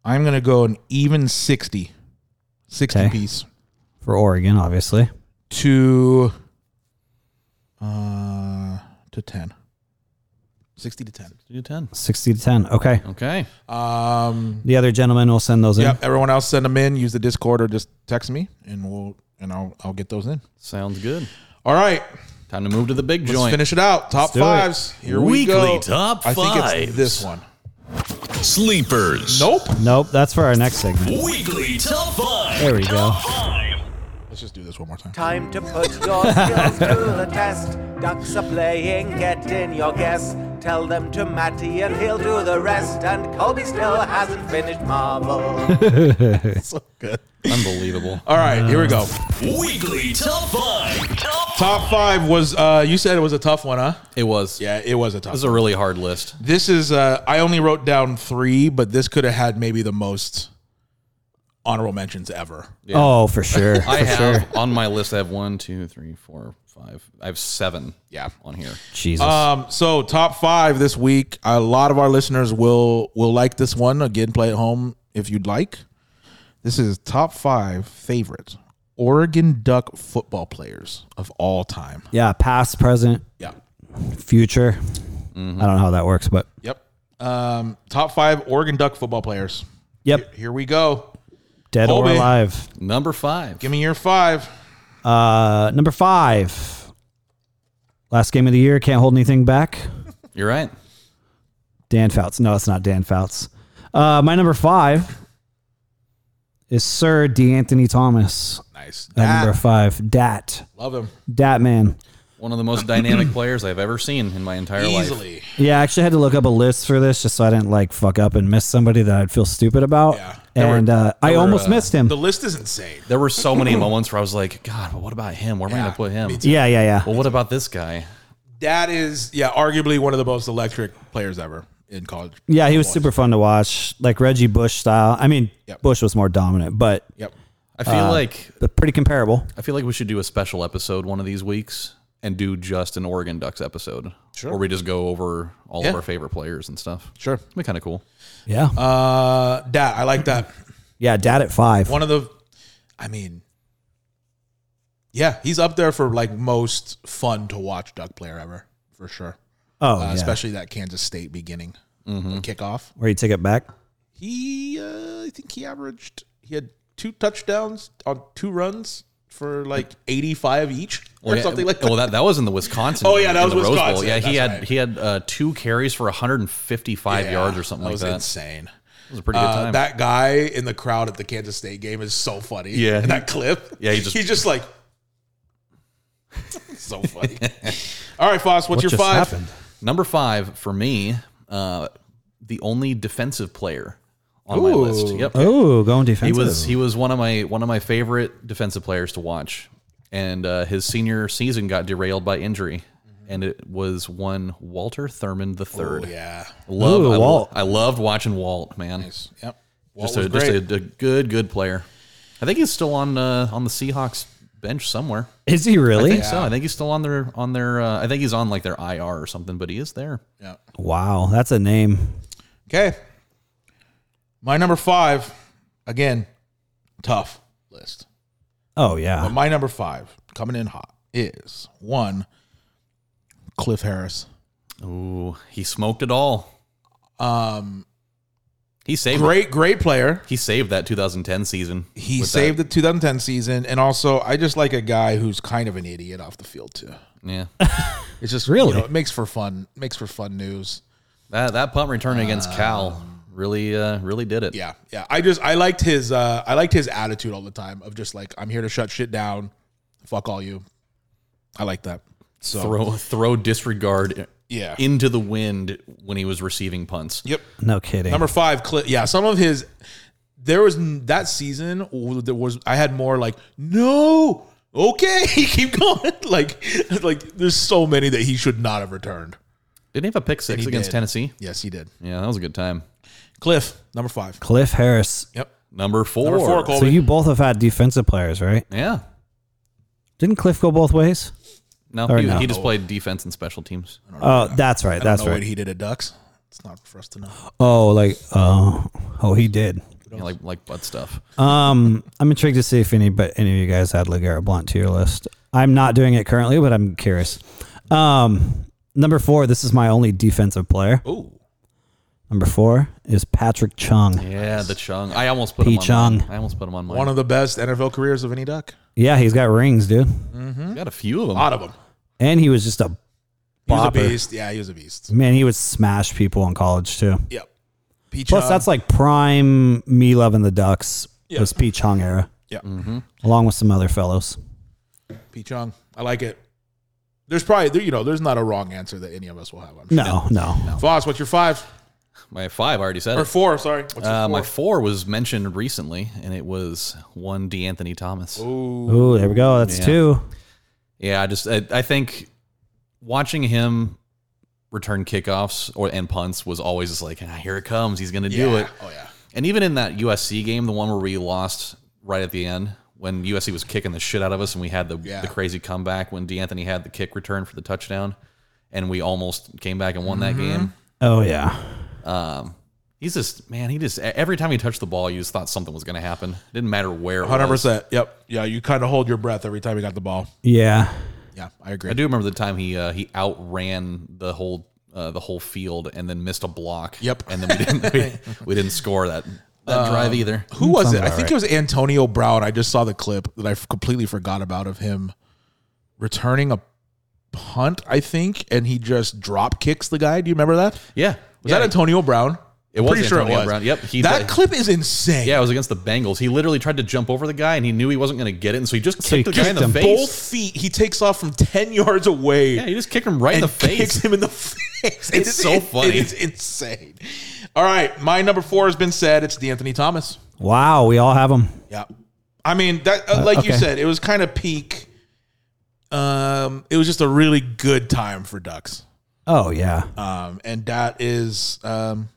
I'm going to go an even 60. 60
Okay.
piece
for Oregon, obviously.
to uh to 10. 60 to 10.
You did ten.
60 to 10. Okay.
Okay.
Um
The other gentleman will send those
Yep. Everyone else, send them in. Use the Discord or just text me, and we'll and I'll I'll get those in.
Sounds good.
All right,
Time to move to the big
let's
joint.
finish it out. Top
do it.
fives. Here we
Weekly
go.
top
I think it's
fives.
this one.
Sleepers.
Nope.
in. Nope, that's for our next segment.
Weekly top five.
There we go.
Let's just do this one more time.
Time to put your skills to the test. Ducks are playing, get in your guess. Tell them to Matty and he'll do the rest. And Colby still hasn't finished Marvel.
So good.
Unbelievable.
All right, here we go.
Weekly top five. Top
Top five was uh you said it was a tough one, huh?
It was.
Yeah, it was a tough.
This is
one.
a really hard list.
This is uh I only wrote down three, but this could have had maybe the most honorable mentions ever.
Oh, for sure.
I
for
have
sure.
on my list. I have one, two, three, four, five. I have seven. Yeah, on here.
Jesus.
uh,
Um, so top five this week. A lot of our listeners will will like this one. Again, play at home if you'd like. This is top five favorite Oregon Duck football players of all time.
Yeah, past, present,
Yeah.
future.
Mm-hmm.
I don't know how that works, but
Yep. Um, top five Oregon Duck football players.
yep,
Here we go.
dead or
Colby.
alive.
Number five.
Give me your five.
Uh, number five, last game of the year. Can't hold anything back.
You're right.
Dan Fouts. No, it's not Dan Fouts. Uh, my number five is Sir D'Anthony Thomas.
Nice.
At
Ah,
number five, Dat.
love him.
Dat man.
One of the most dynamic players I've ever seen in my entire life.
Easily.
Yeah, I actually had to look up a list for this just so I didn't like fuck up and miss somebody that I'd feel stupid about.
Yeah. There
And
were-
uh, I
were,
almost
uh,
missed him.
The list is insane.
There were so many moments where I was like, God, but what about him? Where am I
Yeah,
going to put him?
me too.
yeah, yeah, yeah.
Well, what about this guy?
That is, yeah, arguably one of the most electric players ever in college.
Yeah, he was
football.
super fun to watch, like Reggie Bush style. I mean,
Yep.
Bush was more dominant, but
Yep.
I feel
Uh,
like
but pretty comparable.
I feel like we should do a special episode one of these weeks and do just an Oregon Ducks episode. Sure. Where we just go over all
Yeah.
of our favorite players and stuff.
Sure.
It'd be kind of cool.
Yeah,
Uh, that I like that.
yeah. Dad at five.
One of the, I mean, yeah, he's up there for like most fun to watch duck player ever for sure.
Oh,
Uh,
yeah. Mm-hmm.
Especially that Kansas State beginning kickoff.
where you take it back.
He, uh, I think he averaged he had two touchdowns on two runs for like eighty five each or
yeah,
something like that.
Well, that, that was in the Wisconsin.
Oh, yeah, that
in
was
the Rose Bowl.
Wisconsin.
Yeah,
That's
he had
right.
he had uh, two carries for 155
Yeah,
yards or something like
was
that.
Insane.
It was a pretty good
Uh,
time.
that guy in the crowd at the Kansas State game is so funny.
Yeah.
And that clip.
Yeah, he just-
he's just like so funny. All right, Foss, what's your
just
five?
happened?
Number five for me, uh, the only defensive player on my list. Yep.
Oh, going
He
defensive.
was he was one of my one of my favorite defensive players to watch, and uh, his senior season got derailed by injury, and it was one Walter Thurman the third.
Oh, yeah.
Love
Ooh,
I, lo-
Walt.
I loved watching Walt, man.
Yep. Walt
Just
was
a just
great.
a, a good good player. I think he's still on uh, on the Seahawks bench somewhere.
Is he
I
really?
think so. I think he's still on their on their. Uh, I think he's on like their IR or something, but he is there.
Wow, that's a name.
Okay. My number five, again, tough list.
Oh
But
yeah.
my number five, coming in hot, is one, Cliff Harris.
Ooh, he smoked it all.
Um,
He saved.
great, great player.
He saved that 2010 season.
He
with that-
saved the 2010 season, and also I just like a guy who's kind of an idiot off the field too.
Yeah,
It's just
Really?
you know, it makes for fun, makes for fun news.
that that punt return against Cal really uh, really did it.
Uh, Yeah, yeah. I just I liked his uh I liked his attitude all the time of just like I'm here to shut shit down, fuck all you. I like that. So
Throw throw disregard
yeah,
into the wind when he was receiving punts.
yep.
No kidding.
Number five, Cl- yeah. Some of his there was n- that season w- there was I had more like no okay keep going like like there's so many that he should not have returned.
Didn't he have a pick six
he
against
did.
Tennessee?
Yes, he did.
Yeah, that was a good time.
Cliff number five.
Cliff Harris.
Yep.
Number four.
Number four,
So
Colby.
you both have had defensive players, right?
Yeah.
Didn't Cliff go both ways?
No,
Or
he,
no.
he just played defense and special teams.
Oh, that's right.
I don't
That's
know what
right.
he did at Ducks. It's not for us to know.
Oh, like oh, oh, he did.
You know, like like butt stuff.
Um, I'm intrigued to see if any, but any of you guys add Legarrette Blunt to your list. I'm not doing it currently, but I'm curious. Um, number four, this is my only defensive player.
Oh,
Number four is Patrick Chung. Yeah,
Yeah, the Chung. I almost put
P.
him on. mine.
Chung.
I almost put him on mine.
one of the best NFL careers of any Duck.
he's got rings, dude,
He's got a few of them.
A lot of them.
and he was just a
He was a
bopper.
beast. Yeah, he was a beast.
Man, he would smash people in college too.
Yep. Peach
Plus, that's like prime me loving the Ducks
Yeah.
was Pete Chung era,
yeah.
Mm-hmm. along with some other fellows.
Peachong. I like it. There's probably there, you know there's not a wrong answer that any of us will have. I'm sure.
No, no,
Voss, what's your five
My five, I already said
or
it.
four? Sorry, what's your
Uh,
four?
my four was mentioned recently, and it was one D'Anthony Thomas.
Ooh, there we go. That's two.
Yeah, I just I, I think watching him return kickoffs or and punts was always just like, ah, here it comes, he's gonna do
Yeah.
it.
Oh yeah.
And even in that USC game, the one where we lost right at the end, when USC was kicking the shit out of us and we had the,
Yeah.
the crazy comeback when D'Anthony had the kick return for the
Mm-hmm.
touchdown and we almost came back and won that game.
Oh yeah.
He's just man. He just e-, every time he touched the ball, you just thought something was going to happen. didn't matter where. it
Hundred
was.
percent. Yep. Yeah, you kind of hold your breath every time you got the ball.
Yeah.
Yeah, I agree.
I do remember the time he uh, he outran the whole uh, the whole field and then missed a block.
Yep. Uh,
And then we didn't we, we didn't score that that drive either.
Who was it? I think it was Antonio Brown. I just saw the clip that I f- completely forgot about of him returning a punt, I think, and he just drop kicks the guy. Do you remember that?
Yeah.
Was
yeah.
that Antonio Brown?
It was Antonio Brown. Yep, he-
that clip is insane.
Yeah, it was against the Bengals. He literally tried to jump over the guy and he knew he wasn't going to get it, and so he just
So he
kicked the guy in
kicked
the
him.
face.
Both feet, he takes off from ten yards away.
Yeah, he just kicked him right in the
kicks
face.
him in the face.
It's so funny.
It's insane. All right, my number four has been said. It's D'Anthony Thomas.
Wow. We all have them.
Yeah, I mean that. Uh, like you
okay.
said, it was kind of peak. Um, it was just a really good time for Ducks.
Oh yeah.
Um, and that is, um,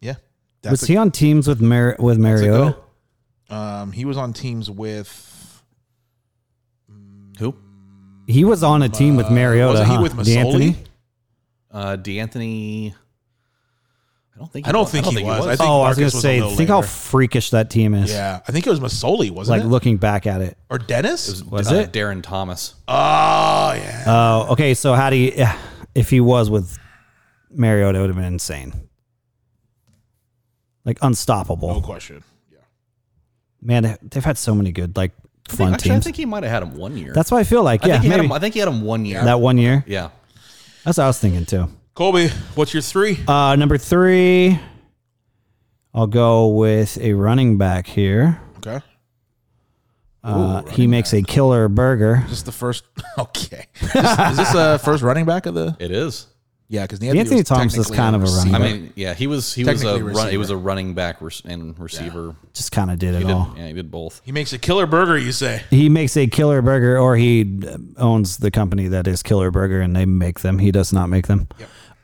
yeah,
Was
that's a-
he on teams with Mar- with
that's a
Mariota?
go. Um, he was on teams with
Who?
He was on a team with Mariota.
Uh, wasn't he
Oh, huh?
with
D'Anthony?
Masoli?
Uh, D'Anthony. I don't think.
I don't think he was. I think-
oh, I was
Marcus
gonna
was
say.
a little
Think how
later.
freakish that team is.
Yeah, I think it was Masoli, wasn't
Like
it?
looking back at it.
or Dennis?
Was
uh,
it?
Darren Thomas?
oh yeah,
Oh, okay. So how do you? If he was with Mariota, it would have been insane. Like unstoppable.
no question. Yeah,
Man, they- they've had so many good, like fun
Actually, I
teams.
think he might have had him one year.
That's what I feel like.
I
yeah,
think he had
maybe
him, I think he had him one year.
that one year.
yeah.
That's what I was thinking too.
Colby, what's your three?
Uh, number three, I'll go with a running back here.
Okay,
Uh, he makes a killer burger.
just the first. Okay, This- is this the first running back of the?
It is.
Yeah, because
Anthony Thomas is kind of a running
I
But-
mean, yeah, he was he was a
Technically
run, he
receiver.
was a running back re- and receiver.
Just kind of did it
He did,
all.
yeah, he did both.
He makes a killer burger, you say?
He makes a killer burger, or he uh, owns the company that is Killer Burger, and they make them. He does not make them.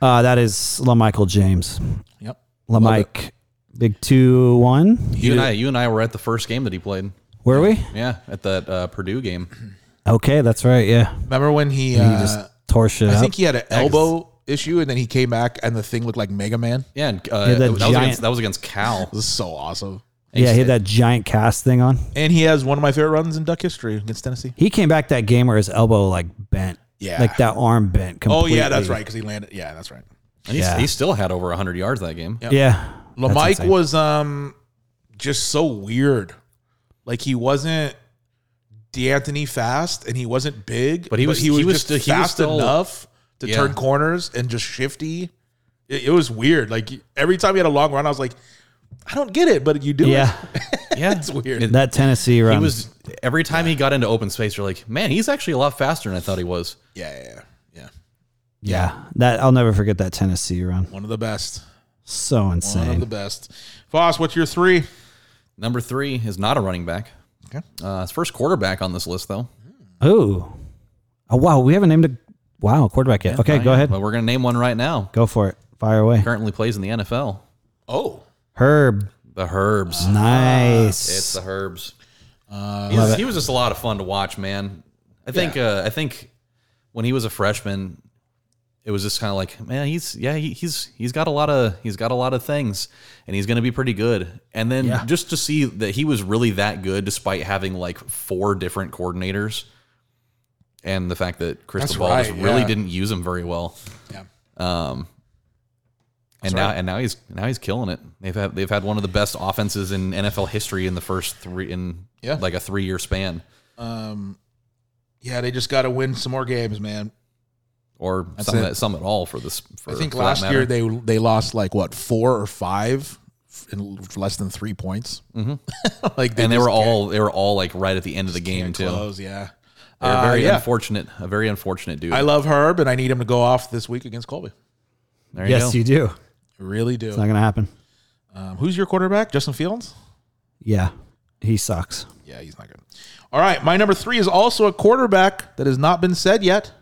Uh, that is Lamichael James.
Yep.
Lamike, big two one.
You and I, you and I were at the first game that he played.
Were we?
Yeah, at that uh, Purdue game.
Okay, that's right. Yeah,
Remember when he?
he
Uh,
just tore shit
I
up.
think he had an elbow issue, and then he came back, and the thing looked like Mega Man.
Yeah, and, uh,
Yeah, that
that, was
giant-
against, that was against Cal.
It was so awesome.
yeah, he had that giant cast thing on.
And he has one of my favorite runs in Duck history against Tennessee.
He came back that game where his elbow like bent.
Yeah.
Like that arm bent
Oh
completely.
yeah, that's right, because he landed. Yeah, that's right.
And he's,
Yeah.
he still had over 100 yards that game.
Yeah. That's
Lamike
insane.
was um just so weird. Like he wasn't D'Anthony fast, and he wasn't big,
But he was-
he was,
he was
just
still- he was
fast
still-
enough to
Yeah.
turn corners and just shifty. It, it was weird. Like every time he had a long run, I was like, I don't get it, but you do.
Yeah.
Yeah,
it's weird.
It-
That Tennessee run.
he was every time he got into open space. You're like, man, he's actually a lot faster than I thought he was.
Yeah, yeah, yeah, yeah.
yeah. That I'll never forget that Tennessee run.
One of the best.
So
One of
insane.
the best. Foss, what's your three?
Number three is not a running back.
Okay.
Uh, his first quarterback on this list, though.
Ooh. Oh wow, we haven't named a wow quarterback yet. okay,
Uh,
go
yeah,
ahead.
But we're gonna name one right now.
Go for it. Fire away.
Currently plays in the NFL.
Oh,
Herb.
The Herbs. Ah, It's
Nice.
the Herbs.
Uh,
He was- he was just a lot of fun to watch, man. I think uh, I think when he was a freshman, it was just kind of like, man, he's yeah, he, he's he's got a lot of he's got a lot of things, and he's going to be pretty good. And then just to see that he was really that good, despite having like four different coordinators, and the fact that Chris
That's
Ball just
right,
really
yeah.
didn't use him very well.
Yeah.
Um, and now and now he's now he's killing it. They've had they've had one of the best offenses in NFL history in the first three in
Yeah.
like a three year span.
yeah. They just got to win some more games, man.
or
That's
some,
it.
some at all for this. For,
I think
for that
last
matter.
year they they lost like what four or five in for less than three points. like
and they
just
were
can't-
all they were all like right at the end of the game
can't
too.
close, yeah.
They were
Uh,
very
yeah.
unfortunate, a very unfortunate dude.
I love Herb, and I need him to go off this week against Colby.
there you
Yes,
go.
you do. It's
I really do.
not gonna happen.
Um, who's your quarterback? Justin Fields.
Yeah. He sucks.
Yeah, he's not good. All right, my number three is also a quarterback that has not been said yet.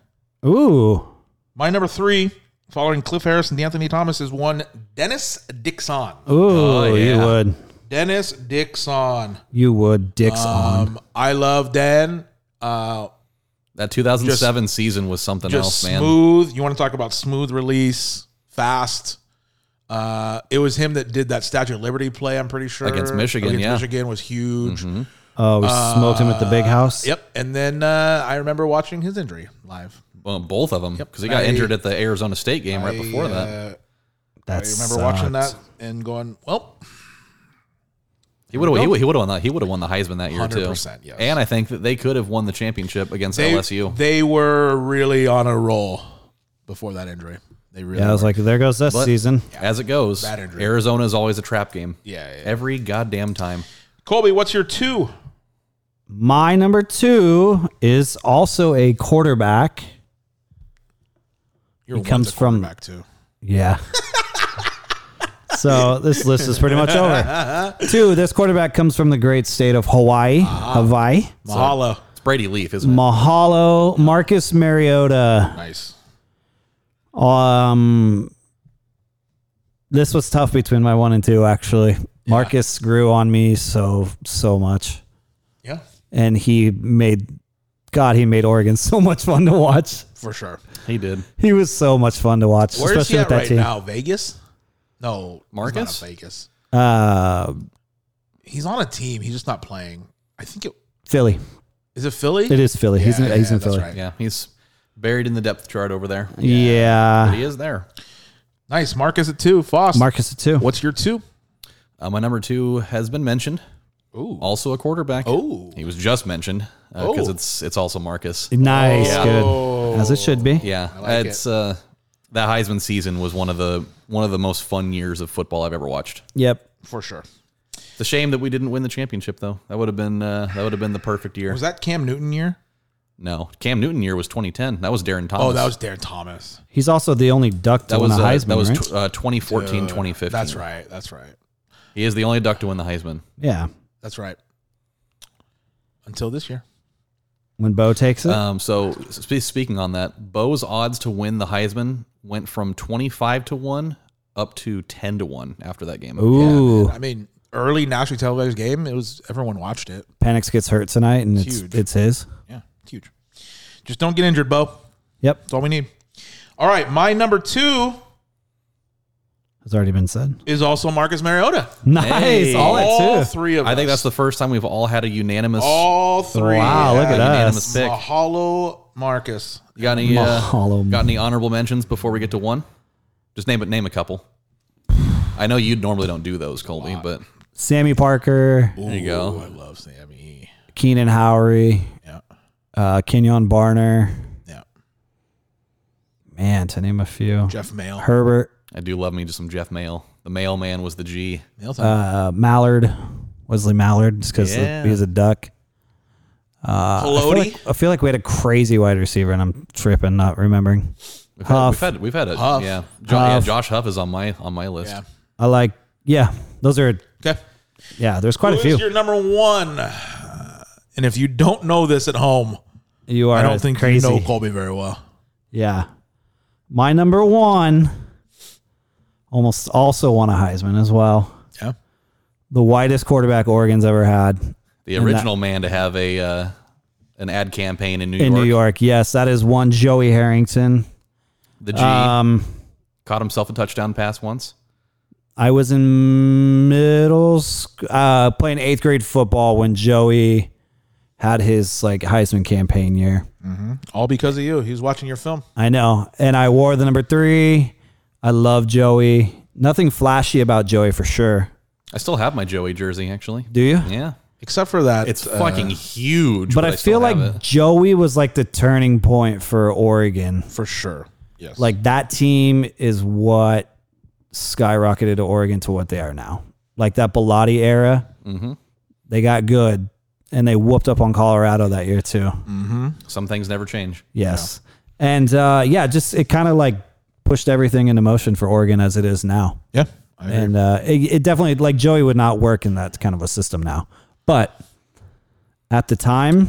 Ooh.
My number three, following Cliff Harris and Anthony Thomas, is one Dennis Dixon.
Ooh,
Oh,
you would.
Dennis Dixon.
You would dicks
Uh,
on.
Um, I love Dan. Uh,
That 2007 season was something
just
else, man.
smooth. You want to talk about smooth release, fast. Uh, it was him that did that Statue of Liberty play. I'm pretty sure
Against Michigan, yeah.
Michigan was huge.
Oh, we smoked him at the big
uh,
house.
Yep. And then uh, I remember watching his injury live.
Well, both of them because he got
I-
injured at the Arizona State game right before
I,
that.
uh, I
That
remember
sucked.
watching that and going, "Well,
He would have. He would have won that. He would have won the Heisman that year too.
100%, yes.
And I think that they could have won the championship against
they,
LSU.
they were really on a roll before that injury. They really
Yeah, I was
were.
like, there goes this
But-
season.
As it goes,
Bad injury.
Arizona is always a trap game.
Yeah, yeah.
Every goddamn time.
Colby, what's your two?
My number two is also a quarterback.
Your one's
comes
a
from-
quarterback, too.
Yeah. so this list is pretty much over. Two, this quarterback comes from the great state of Hawaii.
Uh-huh.
Hawaii.
Mahalo.
It's Brady Leaf, isn't it?
Mahalo, Marcus Mariota.
Nice.
Um, this was tough between my one and two, actually. Marcus grew on me so so much,
Yeah,
and he made God, he made Oregon so much fun to watch.
for sure.
He did.
He was so much fun to watch,
Where is
especially
he
with
at
that
right
team.
now? Vegas? No, he's not
Marcus?
at Vegas.
Uh,
He's on a team. He's just not playing. I think it
Philly.
is it Philly.
It is Philly. he's in,
Yeah,
he's
yeah,
in
that's
Philly.
right.
Yeah, he's buried in the depth chart over there.
Yeah.
He is there.
Nice. Marcus at two. Foss.
Marcus at two.
what's your two?
Uh, my number two has been mentioned.
Ooh.
Also a quarterback.
Oh.
He was just mentioned because
Oh.
it's it's also Marcus.
Nice.
Yeah.
Good. As it should be.
Yeah,
like
it's uh, that Heisman season was one of the one of the most fun years of football I've ever watched.
Yep.
For sure.
It's a shame that we didn't win the championship though. That would have been uh, that would have been the perfect year.
Was that Cam Newton year?
no, Cam Newton year was 2010. That was Darren Thomas.
Oh, that was Darren Thomas.
He's also the only duck to
that
win
was
a
uh,
Heisman.
that was
right?
tw- uh, 2014 2015.
That's right. That's right.
He is the only duck to win the Heisman.
yeah.
That's right. Until this year.
When Bo takes it.
Um, so spe- speaking on that, Bo's odds to win the Heisman went from 25 to one up to 10 to one after that game.
Ooh.
I mean, early nationally televised game. It was everyone watched it.
Panics gets hurt tonight, and it's
Huge.
it's his.
Yeah, it's huge. Just don't get injured, Bo.
Yep,
That's all we need. All right, my number two
it's already been said.
is also Marcus Mariota.
Nice, all
all
at two.
three of
I
us.
think that's the first time we've all had a unanimous. uh,
all three.
Wow, look at
had
us.
unanimous pick.
Mahalo, Marcus.
You got any uh,
Mahalo.
got any honorable mentions before we get to one? Just name it. Name a couple. I know you normally don't do those, Colby, but
Sammy Parker,
there you go.
I love Sammy.
Keenan Howery,
Yeah,
uh, Kenyon Barner.
yeah.
Man, to name a few.
Jeff Mail.
Herbert,
I do love me just some Jeff Mail. The mailman was the G.
Mail time.
uh, Mallard, Wesley Mallard, just because
Yeah.
he's a duck. I feel,
Pelody.
like, I feel like we had a crazy wide receiver, and I'm tripping, not remembering.
We've had,
Huff.
we've had we've had a
Huff.
yeah. Jo- yeah,
Huff.
Josh Huff is on my on my list.
Yeah.
I like, yeah, those are,
Okay.
yeah, there's quite
Who
a few.
is your number one? Uh, And if you don't know this at home,
you are
I don't think
crazy.
you know Colby very well.
Yeah. My number one almost also won a Heisman as well.
Yeah.
The widest quarterback Oregon's ever had
The original man to have a uh, an ad campaign in New
in
York.
New York. Yes, that is one Joey Harrington.
The G
Um,
caught himself a touchdown pass once.
I was in middle sc- uh, playing eighth grade football when Joey had his like Heisman campaign year.
All because of you. He was watching your film.
I know, and I wore the number three. I love Joey. Nothing flashy about Joey for sure.
I still have my Joey jersey actually.
Do you?
Yeah,
Except for that.
it's
uh,
fucking huge.
but I,
still
feel like
have it.
Joey was like the turning point for Oregon.
for sure. Yes.
Like that team is what skyrocketed Oregon to what they are now. Like that Bellotti era,
Mm-hmm.
they got good and they whooped up on Colorado that year too.
Mm, some things never change.
Yes, and uh, yeah, just it kind of like pushed everything into motion for Oregon as it is now.
yeah. I agree.
And uh, it, it definitely like Joey would not work in that kind of a system now, but at the time, it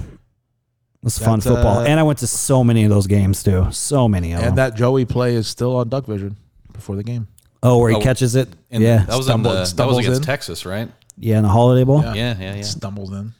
was fun
That's,
football.
uh,
and I went to so many of those games too, so many of them.
And that Joey play is still on Duck Vision before the game.
oh, where he
Oh,
catches it,
And
yeah,
that was
Stumble-
on the, that was
stumbles
against
in.
Texas, right?
yeah, in the Holiday Bowl.
Yeah.
Yeah, yeah, yeah.
Stumbles in.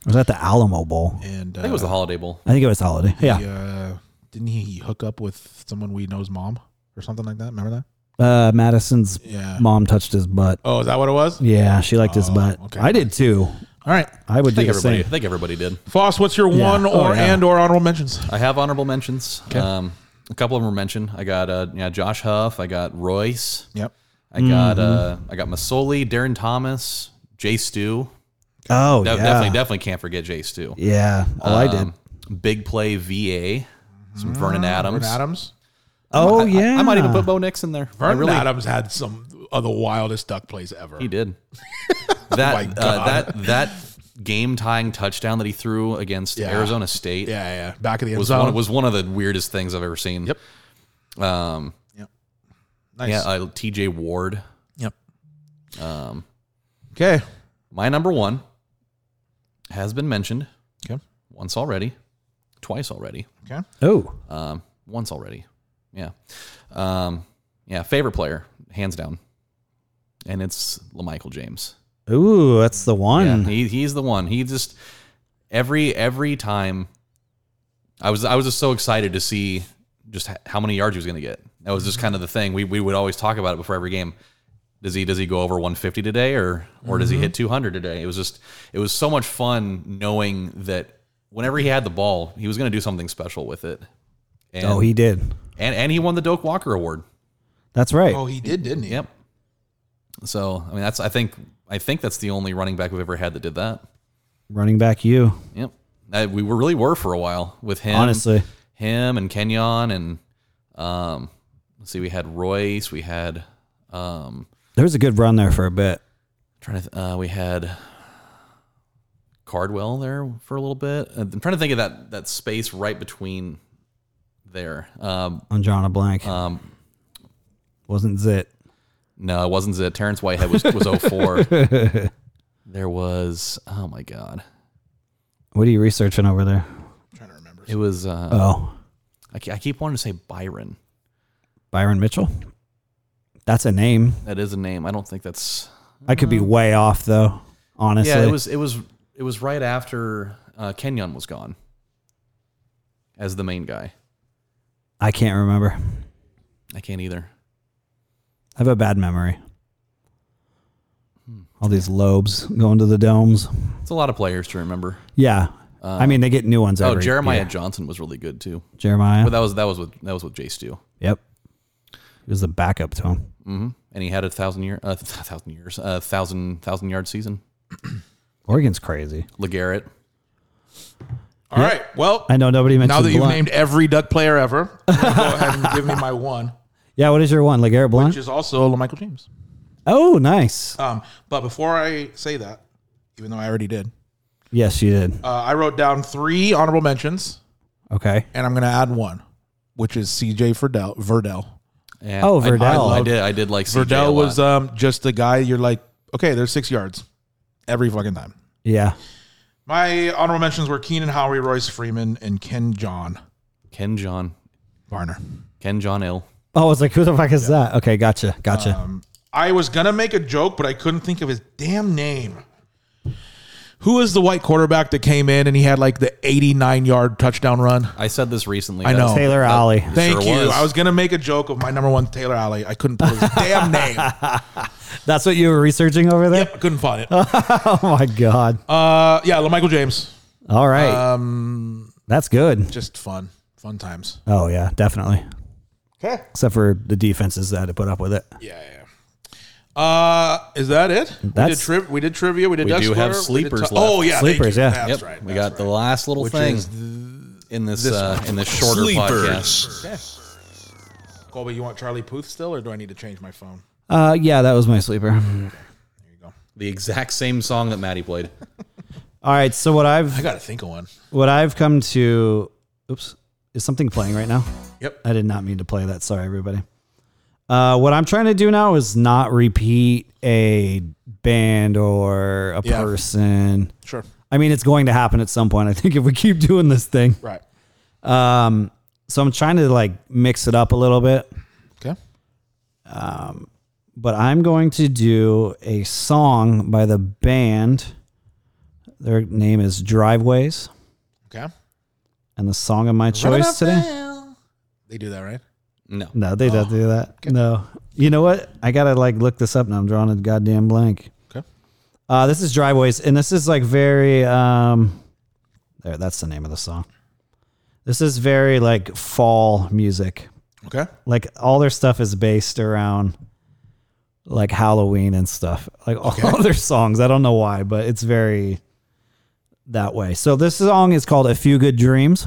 It was at the Alamo Bowl.
And uh,
I think it was the Holiday Bowl.
I think it was Holiday. Yeah,
he, uh, didn't he hook up with someone we know's mom or something like that? Remember that?
uh, Madison's
Yeah.
mom touched his butt.
Oh, is that what it was?
Yeah, she liked his butt.
okay.
I did too.
All right.
I would
Oh, I think
do the
everybody.
same.
I think everybody did.
Foss, what's your
Yeah.
one
Oh,
or
yeah.
and or honorable mentions?
I have honorable mentions. Um, a couple of them were mentioned. I got uh, yeah, Josh Huff. I got Royce.
Yep.
I got uh,
Mm-hmm.
I got Masoli, Darren Thomas, Jay Stu.
Oh,
De-
yeah.
Definitely, definitely can't forget Jay Stu. Um,
Yeah. All I did. Mm-hmm.
Big play VA. Some Vernon Adams.
Vernon Adams.
Oh,
I-
yeah.
I, might even put Bo Nix in there. I
Vernon
really-
Adams had some of the wildest duck plays ever.
He did.
Oh my
that uh,
God.
that that game tying touchdown that he threw against
Yeah.
Arizona State
Yeah, yeah. Back of the end
was
zone.
one was one of the weirdest things I've ever seen.
Yep.
Um.
nice.
Yeah. Uh, T.J. Ward.
yep. Okay.
My number one has been mentioned
Okay.
once already, twice already,
Okay.
Oh,
um, once already. Yeah. Um, yeah. Favorite player, hands down, and it's Lamichael James.
ooh, that's the
Yeah,
one.
he, he's the one. He just every every time I was I was just so excited to see just h- how many yards he was going to get. That was just
Hmm.
kind of the thing. We we would always talk about it before every game. Does he does he go over 150 today or or does he
Hmm.
hit 200 today? It was just it was so much fun knowing that whenever he had the ball, he was going to do something special with it. And,
oh, he did.
and and he won the Doak Walker Award.
That's right.
Oh, he did, didn't he?
Yep. So I mean that's I think I think that's the only running back we've ever had that did that.
Running back, you.
Yep. Uh, we were really were for a while with him.
Honestly.
Him and Kenyon and um let's see, we had Royce, we had um
There was a good run there for a bit.
trying to th- uh, we had Cardwell there for a little bit. Uh, I'm trying to think of that that space right between there. Um
on John a blank. Um, wasn't zit.
no, it wasn't it. Terrence Whitehead was was 04. there was oh my god.
What are you researching over there?
It was uh
Oh,
I, ke- I keep wanting to say Byron.
Byron Mitchell. That's a name.
That is a name. I don't think that's
I could be way off though. Honestly,
Yeah, it was it was it was right after uh, Kenyon was gone as the main guy.
I can't remember.
I can't either.
I have a bad memory. All these lobes going to the domes.
It's a lot of players to remember.
Yeah, I mean they get new ones.
Oh,
every
Jeremiah
year.
Johnson was really good too.
Jeremiah.
But that was that was with that was with Jay Stu,
yep, he was the backup to him.
and he had a thousand year, uh, thousand years, uh, thousand thousand yard season.
Oregon's crazy.
Legarrette.
All right. Well,
I know nobody mentioned.
now that you've
Blunt.
named every duck player ever, I'm gonna go ahead and give me my one,
yeah, what is your one? Legarrette Blunt.
which is also LaMichael James.
oh, nice.
Um, but before I say that, even though I already did,
yes, you did.
uh, I wrote down three honorable mentions,
Okay.
and I'm going to add one, which is CJ Verdell. Verdell,
Yeah,
Oh,
I- I-
Verdell.
I, did. I did like CJ a
Verdell
lot.
was um, just the guy you're like, okay, there's six yards every fucking time.
Yeah.
My honorable mentions were Keenan Howie, Royce Freeman, and Ken John
Ken John.
Varner.
Ken John Ill.
Oh, I was like, who the fuck is that? Okay, gotcha, gotcha.
I was going to make a joke, but I couldn't think of his damn name. Who is the white quarterback that came in and he had like the 89 yard touchdown run?
I said this recently.
I
that
know.
was-
Taylor Alley.
that-
Thank
sure
you.
was.
I was gonna make a joke of my number one Taylor Alley. I couldn't pull his damn name. Yep,
That's what you were researching over there?
I couldn't find it. Uh,
Oh my god.
yeah, LaMichael James.
All right. That's good.
Just fun, fun times.
Oh yeah, definitely.
Okay.
Except for the defenses that had to put up with it.
Yeah. yeah. Uh, is that it? we did
That's-
tri- we did trivia. We did.
We
Duck
do
Square,
have
we did
sleepers
tu-
left.
Oh yeah, thank
Sleepers,
you.
yeah.
That's
Yep.
right.
we
that's
got the last little thing in this, uh, in this shorter podcast.
Sleepers.
right. Colby, you want Charlie Puth still, or do I need to change my phone?
Uh yeah, that was my sleeper.
The exact same song that Maddie played.
All right, so what
I
I've
gotta think of one.
what I've come to oops, is something playing right now?
Yep.
I did not mean to play that. Sorry everybody. Uh, what I'm trying to do now is not repeat a band or a
Yeah.
person.
Sure.
I mean, it's going to happen at some point. I think if we keep doing this thing.
Right.
Um, so I'm trying to like mix it up a little bit,
Okay.
but I'm going to do a song by the band. Their name is Driveways,
Okay.
and the song of my choice today.
They do that, right?
No.
No, they don't do that. No, You know what? I gotta like look this up now. I'm drawing a goddamn blank.
Okay.
Uh, this is Driveways, and this is like very um, there. That's the name of the song. This is very like fall music.
Okay.
Like all their stuff is based around like Halloween and stuff. Like all their songs. I don't know why, but it's very that way. So this song is called "A Few Good Dreams"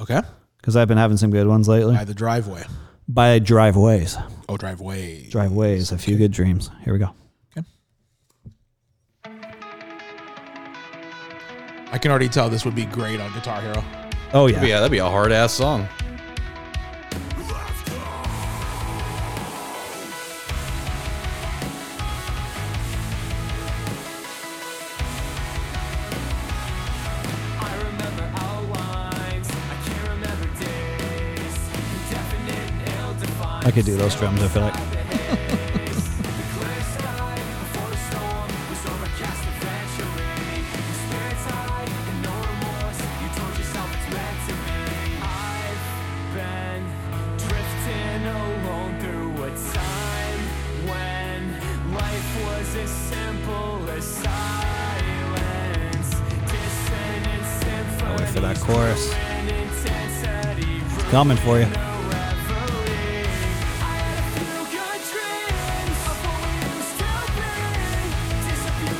Okay.
because I've been having some good ones lately.
By the driveway.
By Driveways.
Oh, driveway.
Driveways, a few good dreams. Here we go.
I can already tell this would be great on Guitar Hero.
Oh
But yeah, that'd be a hard ass song.
I could do those drums. I feel like. Gotta Wait for that chorus. It's coming for you.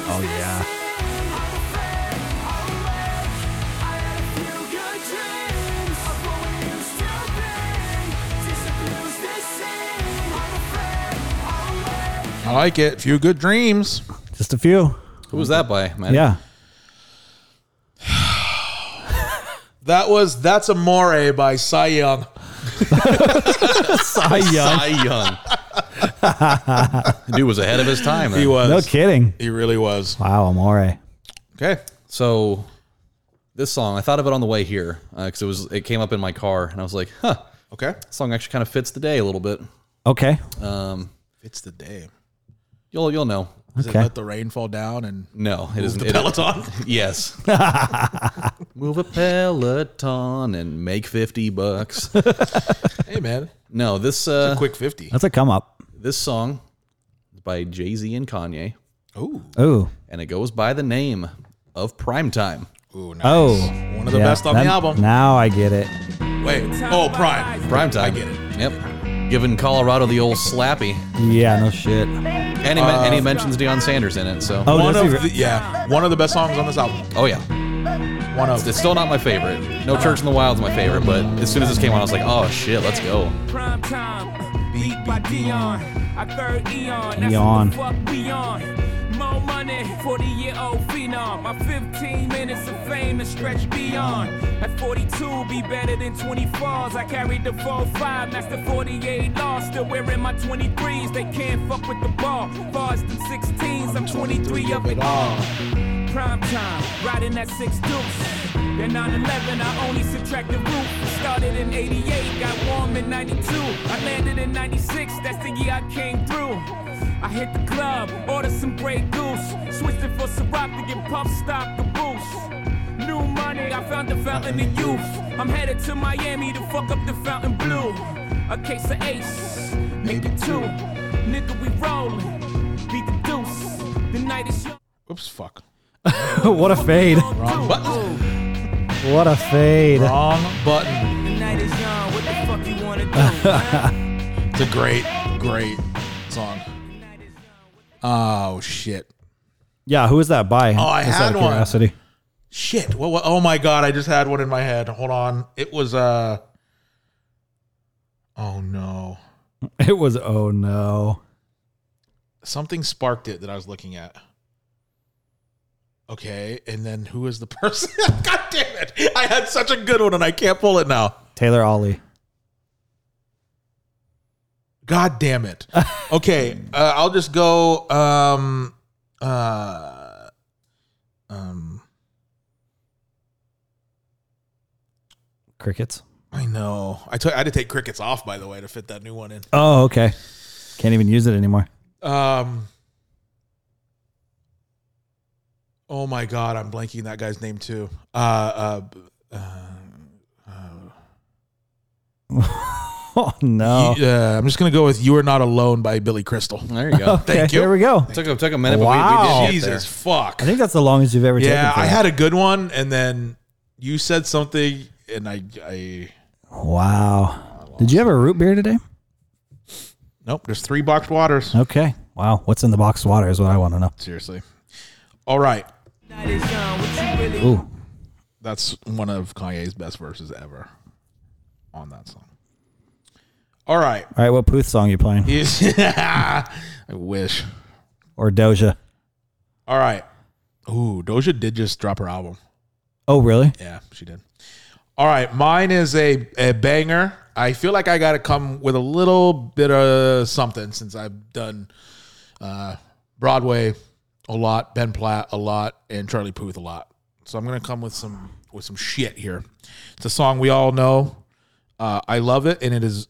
Oh yeah.
I like it. Few good dreams.
Just a few.
Who was that by, man?
Yeah.
That was That's Amore by Cy Young.
Cy Young.
Cy Young. Dude was ahead of his time.
He
then.
was.
No kidding.
He really was.
Wow, Amore.
Okay.
So this song, I thought of it on the way here because it was it came up in my car, and I was like, huh,
Okay.
this song actually kind of fits the day a little bit.
Okay.
Um,
It's the day.
you'll you'll know.
Does
Okay.
it let the rain fall down and
No, it isn't.
the
it-
peloton?
yes. Move a peloton and make fifty bucks.
hey, man.
No, this uh,
Quick 50.
That's a come up.
this song is by Jay Z and Kanye,
Ooh.
Ooh.
and it goes by the name of Primetime.
Ooh, nice.
Oh.
One of the best on the
that-
album.
Now I get it.
Wait. Oh, Prime.
Primetime.
I get it.
Yep. Giving Colorado the old slappy.
Yeah, no shit.
And he, men- and he mentions Deion Sanders in it, so.
Oh,
One
does he
of
re-
the, yeah, one of the best songs on this album.
Oh, yeah.
One of
It's still not my favorite. No Church in the Wild's my favorite, but as soon as this came on, I was like, oh shit, let's go.
Prime time. Beat by Dion. Our third eon. That's
Eon.
what the fuck we on. More money, 40 year old phenom. My 15 minutes of fame is stretched beyond. At 42, be better than 24s. I carried the 4 5, master 48 law. Still wearing my 23s. They can't fuck with the ball. Far as them 16s, I'm 23 of it all. Prime time, riding that six deuce. Then 9-11, I only subtract the root. Started in 88, got warm in 92. I landed in 96, that's the year I came through. I hit the club, ordered some Grey Goose. Switched it for Ciroc to get Puff Stop the boost. New money, I found the fountain of youth. I'm headed to Miami to fuck up the fountain blue. A case of ace, make it two. Nigga, we rolling, beat the deuce. The night is young.
Oops, fuck.
what a fade.
button.
What a fade.
Wrong button.
The night is young, what the fuck you wanna do? huh?
It's a great, great song. Oh shit.
Yeah, who is that by? Oh,
I
Just
had
out of
one.
curiosity.
Shit. What, what, oh my god, I just had one in my head. Hold on. It was uh Oh no.
It was oh no.
Something sparked it that I was looking at. Okay, and then who is the person? god damn it. I had such a good one and I can't pull it now.
Taylor Ollie.
God damn it. Okay, uh, I'll just go um uh um
Crickets.
I know. I took I had to take crickets off by the way to fit that new one in.
Oh, okay. Can't even use it anymore.
Um. Oh my God, I'm blanking that guy's name too. Uh, uh, b- uh, uh,
Oh no.
You- uh, I'm just gonna go with "You Are Not Alone" by Billy Crystal.
There you go.
Thank you.
Here we go.
took a took a minute, but
Wow.
we, we did get
Jesus fuck.
I think that's the longest you've ever taken.
yeah,
for
I
that.
had a good one, and then you said something, and I, I
Wow. Did you have a root beer today?
nope. There's three boxed waters.
Okay. Wow. What's in the box of water is what I want to know.
Seriously. All right,
Ooh.
that's one of Kanye's best verses ever on that song. All right,
All right. What Puth song you playing?
I wish.
Or Doja?
All right. Ooh, Doja did just drop her album.
Oh, really?
Yeah, she did. All right, mine is a, a banger. I feel like I got to come with a little bit of something since I've done uh, Broadway a lot, Ben Platt a lot, and Charlie Puth a lot. So I'm gonna come with some with some shit here. It's a song we all know. Uh, I love it, and it is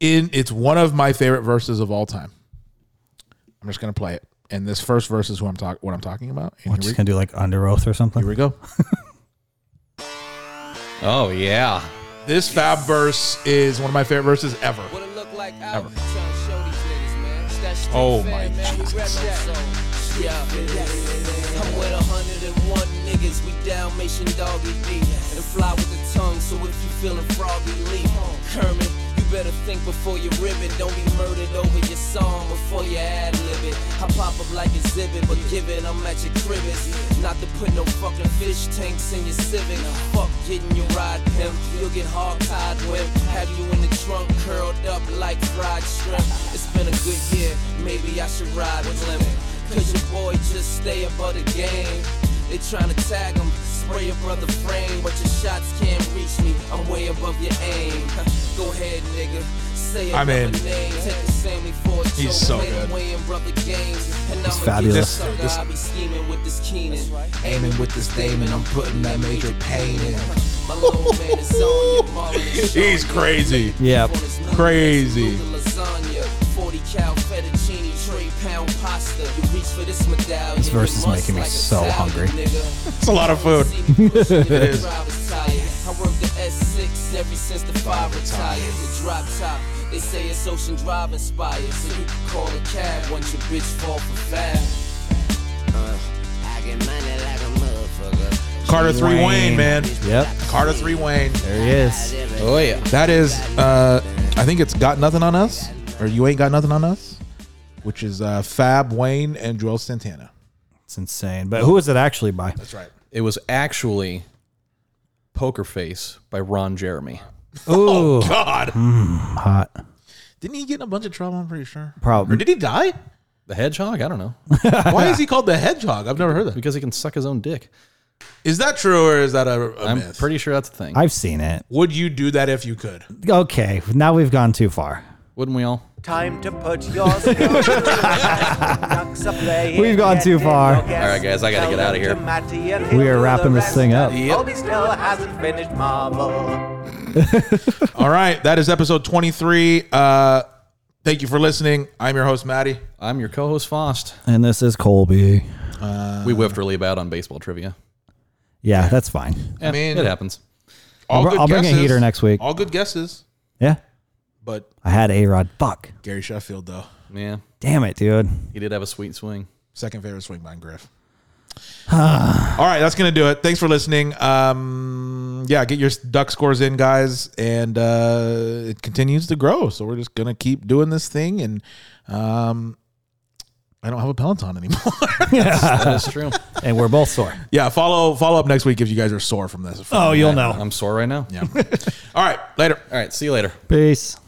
in. It's one of my favorite verses of all time. I'm just gonna play it, and this first verse is who I'm talking what I'm talking about. And
We're
here,
just gonna do like under oath or
we,
something.
here we go.
there. Oh yeah.
This fab verse is one of my favorite verses ever. Ever. Oh my Jesus.
I'm with 101 niggas, we Dalmatian doggy D. And fly with the tongue, so if you feeling froggy, leave. Kermit, you better think before you rib it. Don't be murdered over your song before you ad lib it. I pop up like exhibit, but give it, I'm at your cribbage. Not to put no fucking fish tanks in your civic. Fuck getting your ride pimp, you'll get hog tied with. Have you in the trunk curled up like fried shrimp. It's been a good year, maybe I should ride with lemon. Cause your boy just stay above the game. They tryna tag him, spray your brother frame, but your shots can't reach me. I'm way above your aim. Go ahead, nigga. Say
I'm
another
in.
name. Take the same for a joke,
so
play them
good.
way in brother games. And I'ma
fabulous.
get you, sucker. I be scheming with this Keenan. Aiming with this Damon, I'm putting that major pain in. My little man is on your mama is
He's
showing you.
crazy.
Yeah.
Crazy.
Lasagna, 40 cal fettuccine, tray pound pasta. You reach for this medallion. This
verse is making me so hungry.
It's a lot of food. is.
I worked the S6 ever since the five retired. The drop top, they say it's ocean drive inspired. So you can call a cab once your bitch fall for fab. I get money like a motherfucker.
Carter 3 Wayne, man.
Yep.
Carter 3 Wayne.
There he is.
Oh yeah.
That is uh I think it's Got Nothing on Us or You Ain't Got Nothing on Us, which is uh Fab Wayne and Joel Santana.
It's insane. But who was it actually by?
That's right.
It was actually Poker Face by Ron Jeremy.
Ooh,
God.
hot.
Didn't he get in a bunch of trouble, I'm pretty sure. Or
Probably.
did he die?
The hedgehog? I don't know.
Why is he called the Hedgehog? I've never heard that.
Because he can suck his own dick.
Is that true or is that a, a
I'm
myth?
pretty sure that's a thing.
I've seen it.
Would you do that if you could?
Okay. Now we've gone too far.
Wouldn't we all?
Time to put your skills to the test. Ducks are playing,
We've gone
get
too
in
far.
your guess.
All right, guys, I gotta
Tell
get outta
them to
here.
Matty and
We
he'll
are
do the
wrapping this
rest,
thing up.
and Colby still hasn't finished Marvel.
All right, that is episode 23. Uh, thank you for listening. I'm your host, Maddie.
I'm your co-host Fost.
And this is Colby.
we whiffed really bad on baseball trivia.
Yeah, that's fine.
I
mean-
mean, it happens.
All
I'll br- I'll bring a heater next week.
All good guesses,
Yeah.
but
I had A Rod. Fuck.
Gary Sheffield, though,
Yeah,
Damn it, dude.
he did have a sweet swing.
second favorite swing by Griff.
Ah.
All right, that's gonna do it. Thanks for listening. Um, yeah, get your duck scores in, guys, and uh, it continues to grow. So we're just gonna keep doing this thing, and um, I don't have a Peloton anymore.
That's true.
And we're both sore.
yeah, follow follow up next week if you guys are sore from this.
Oh, you'll know.
I'm sore right now. Yeah.
All right, later.
All right. See you later.
Peace.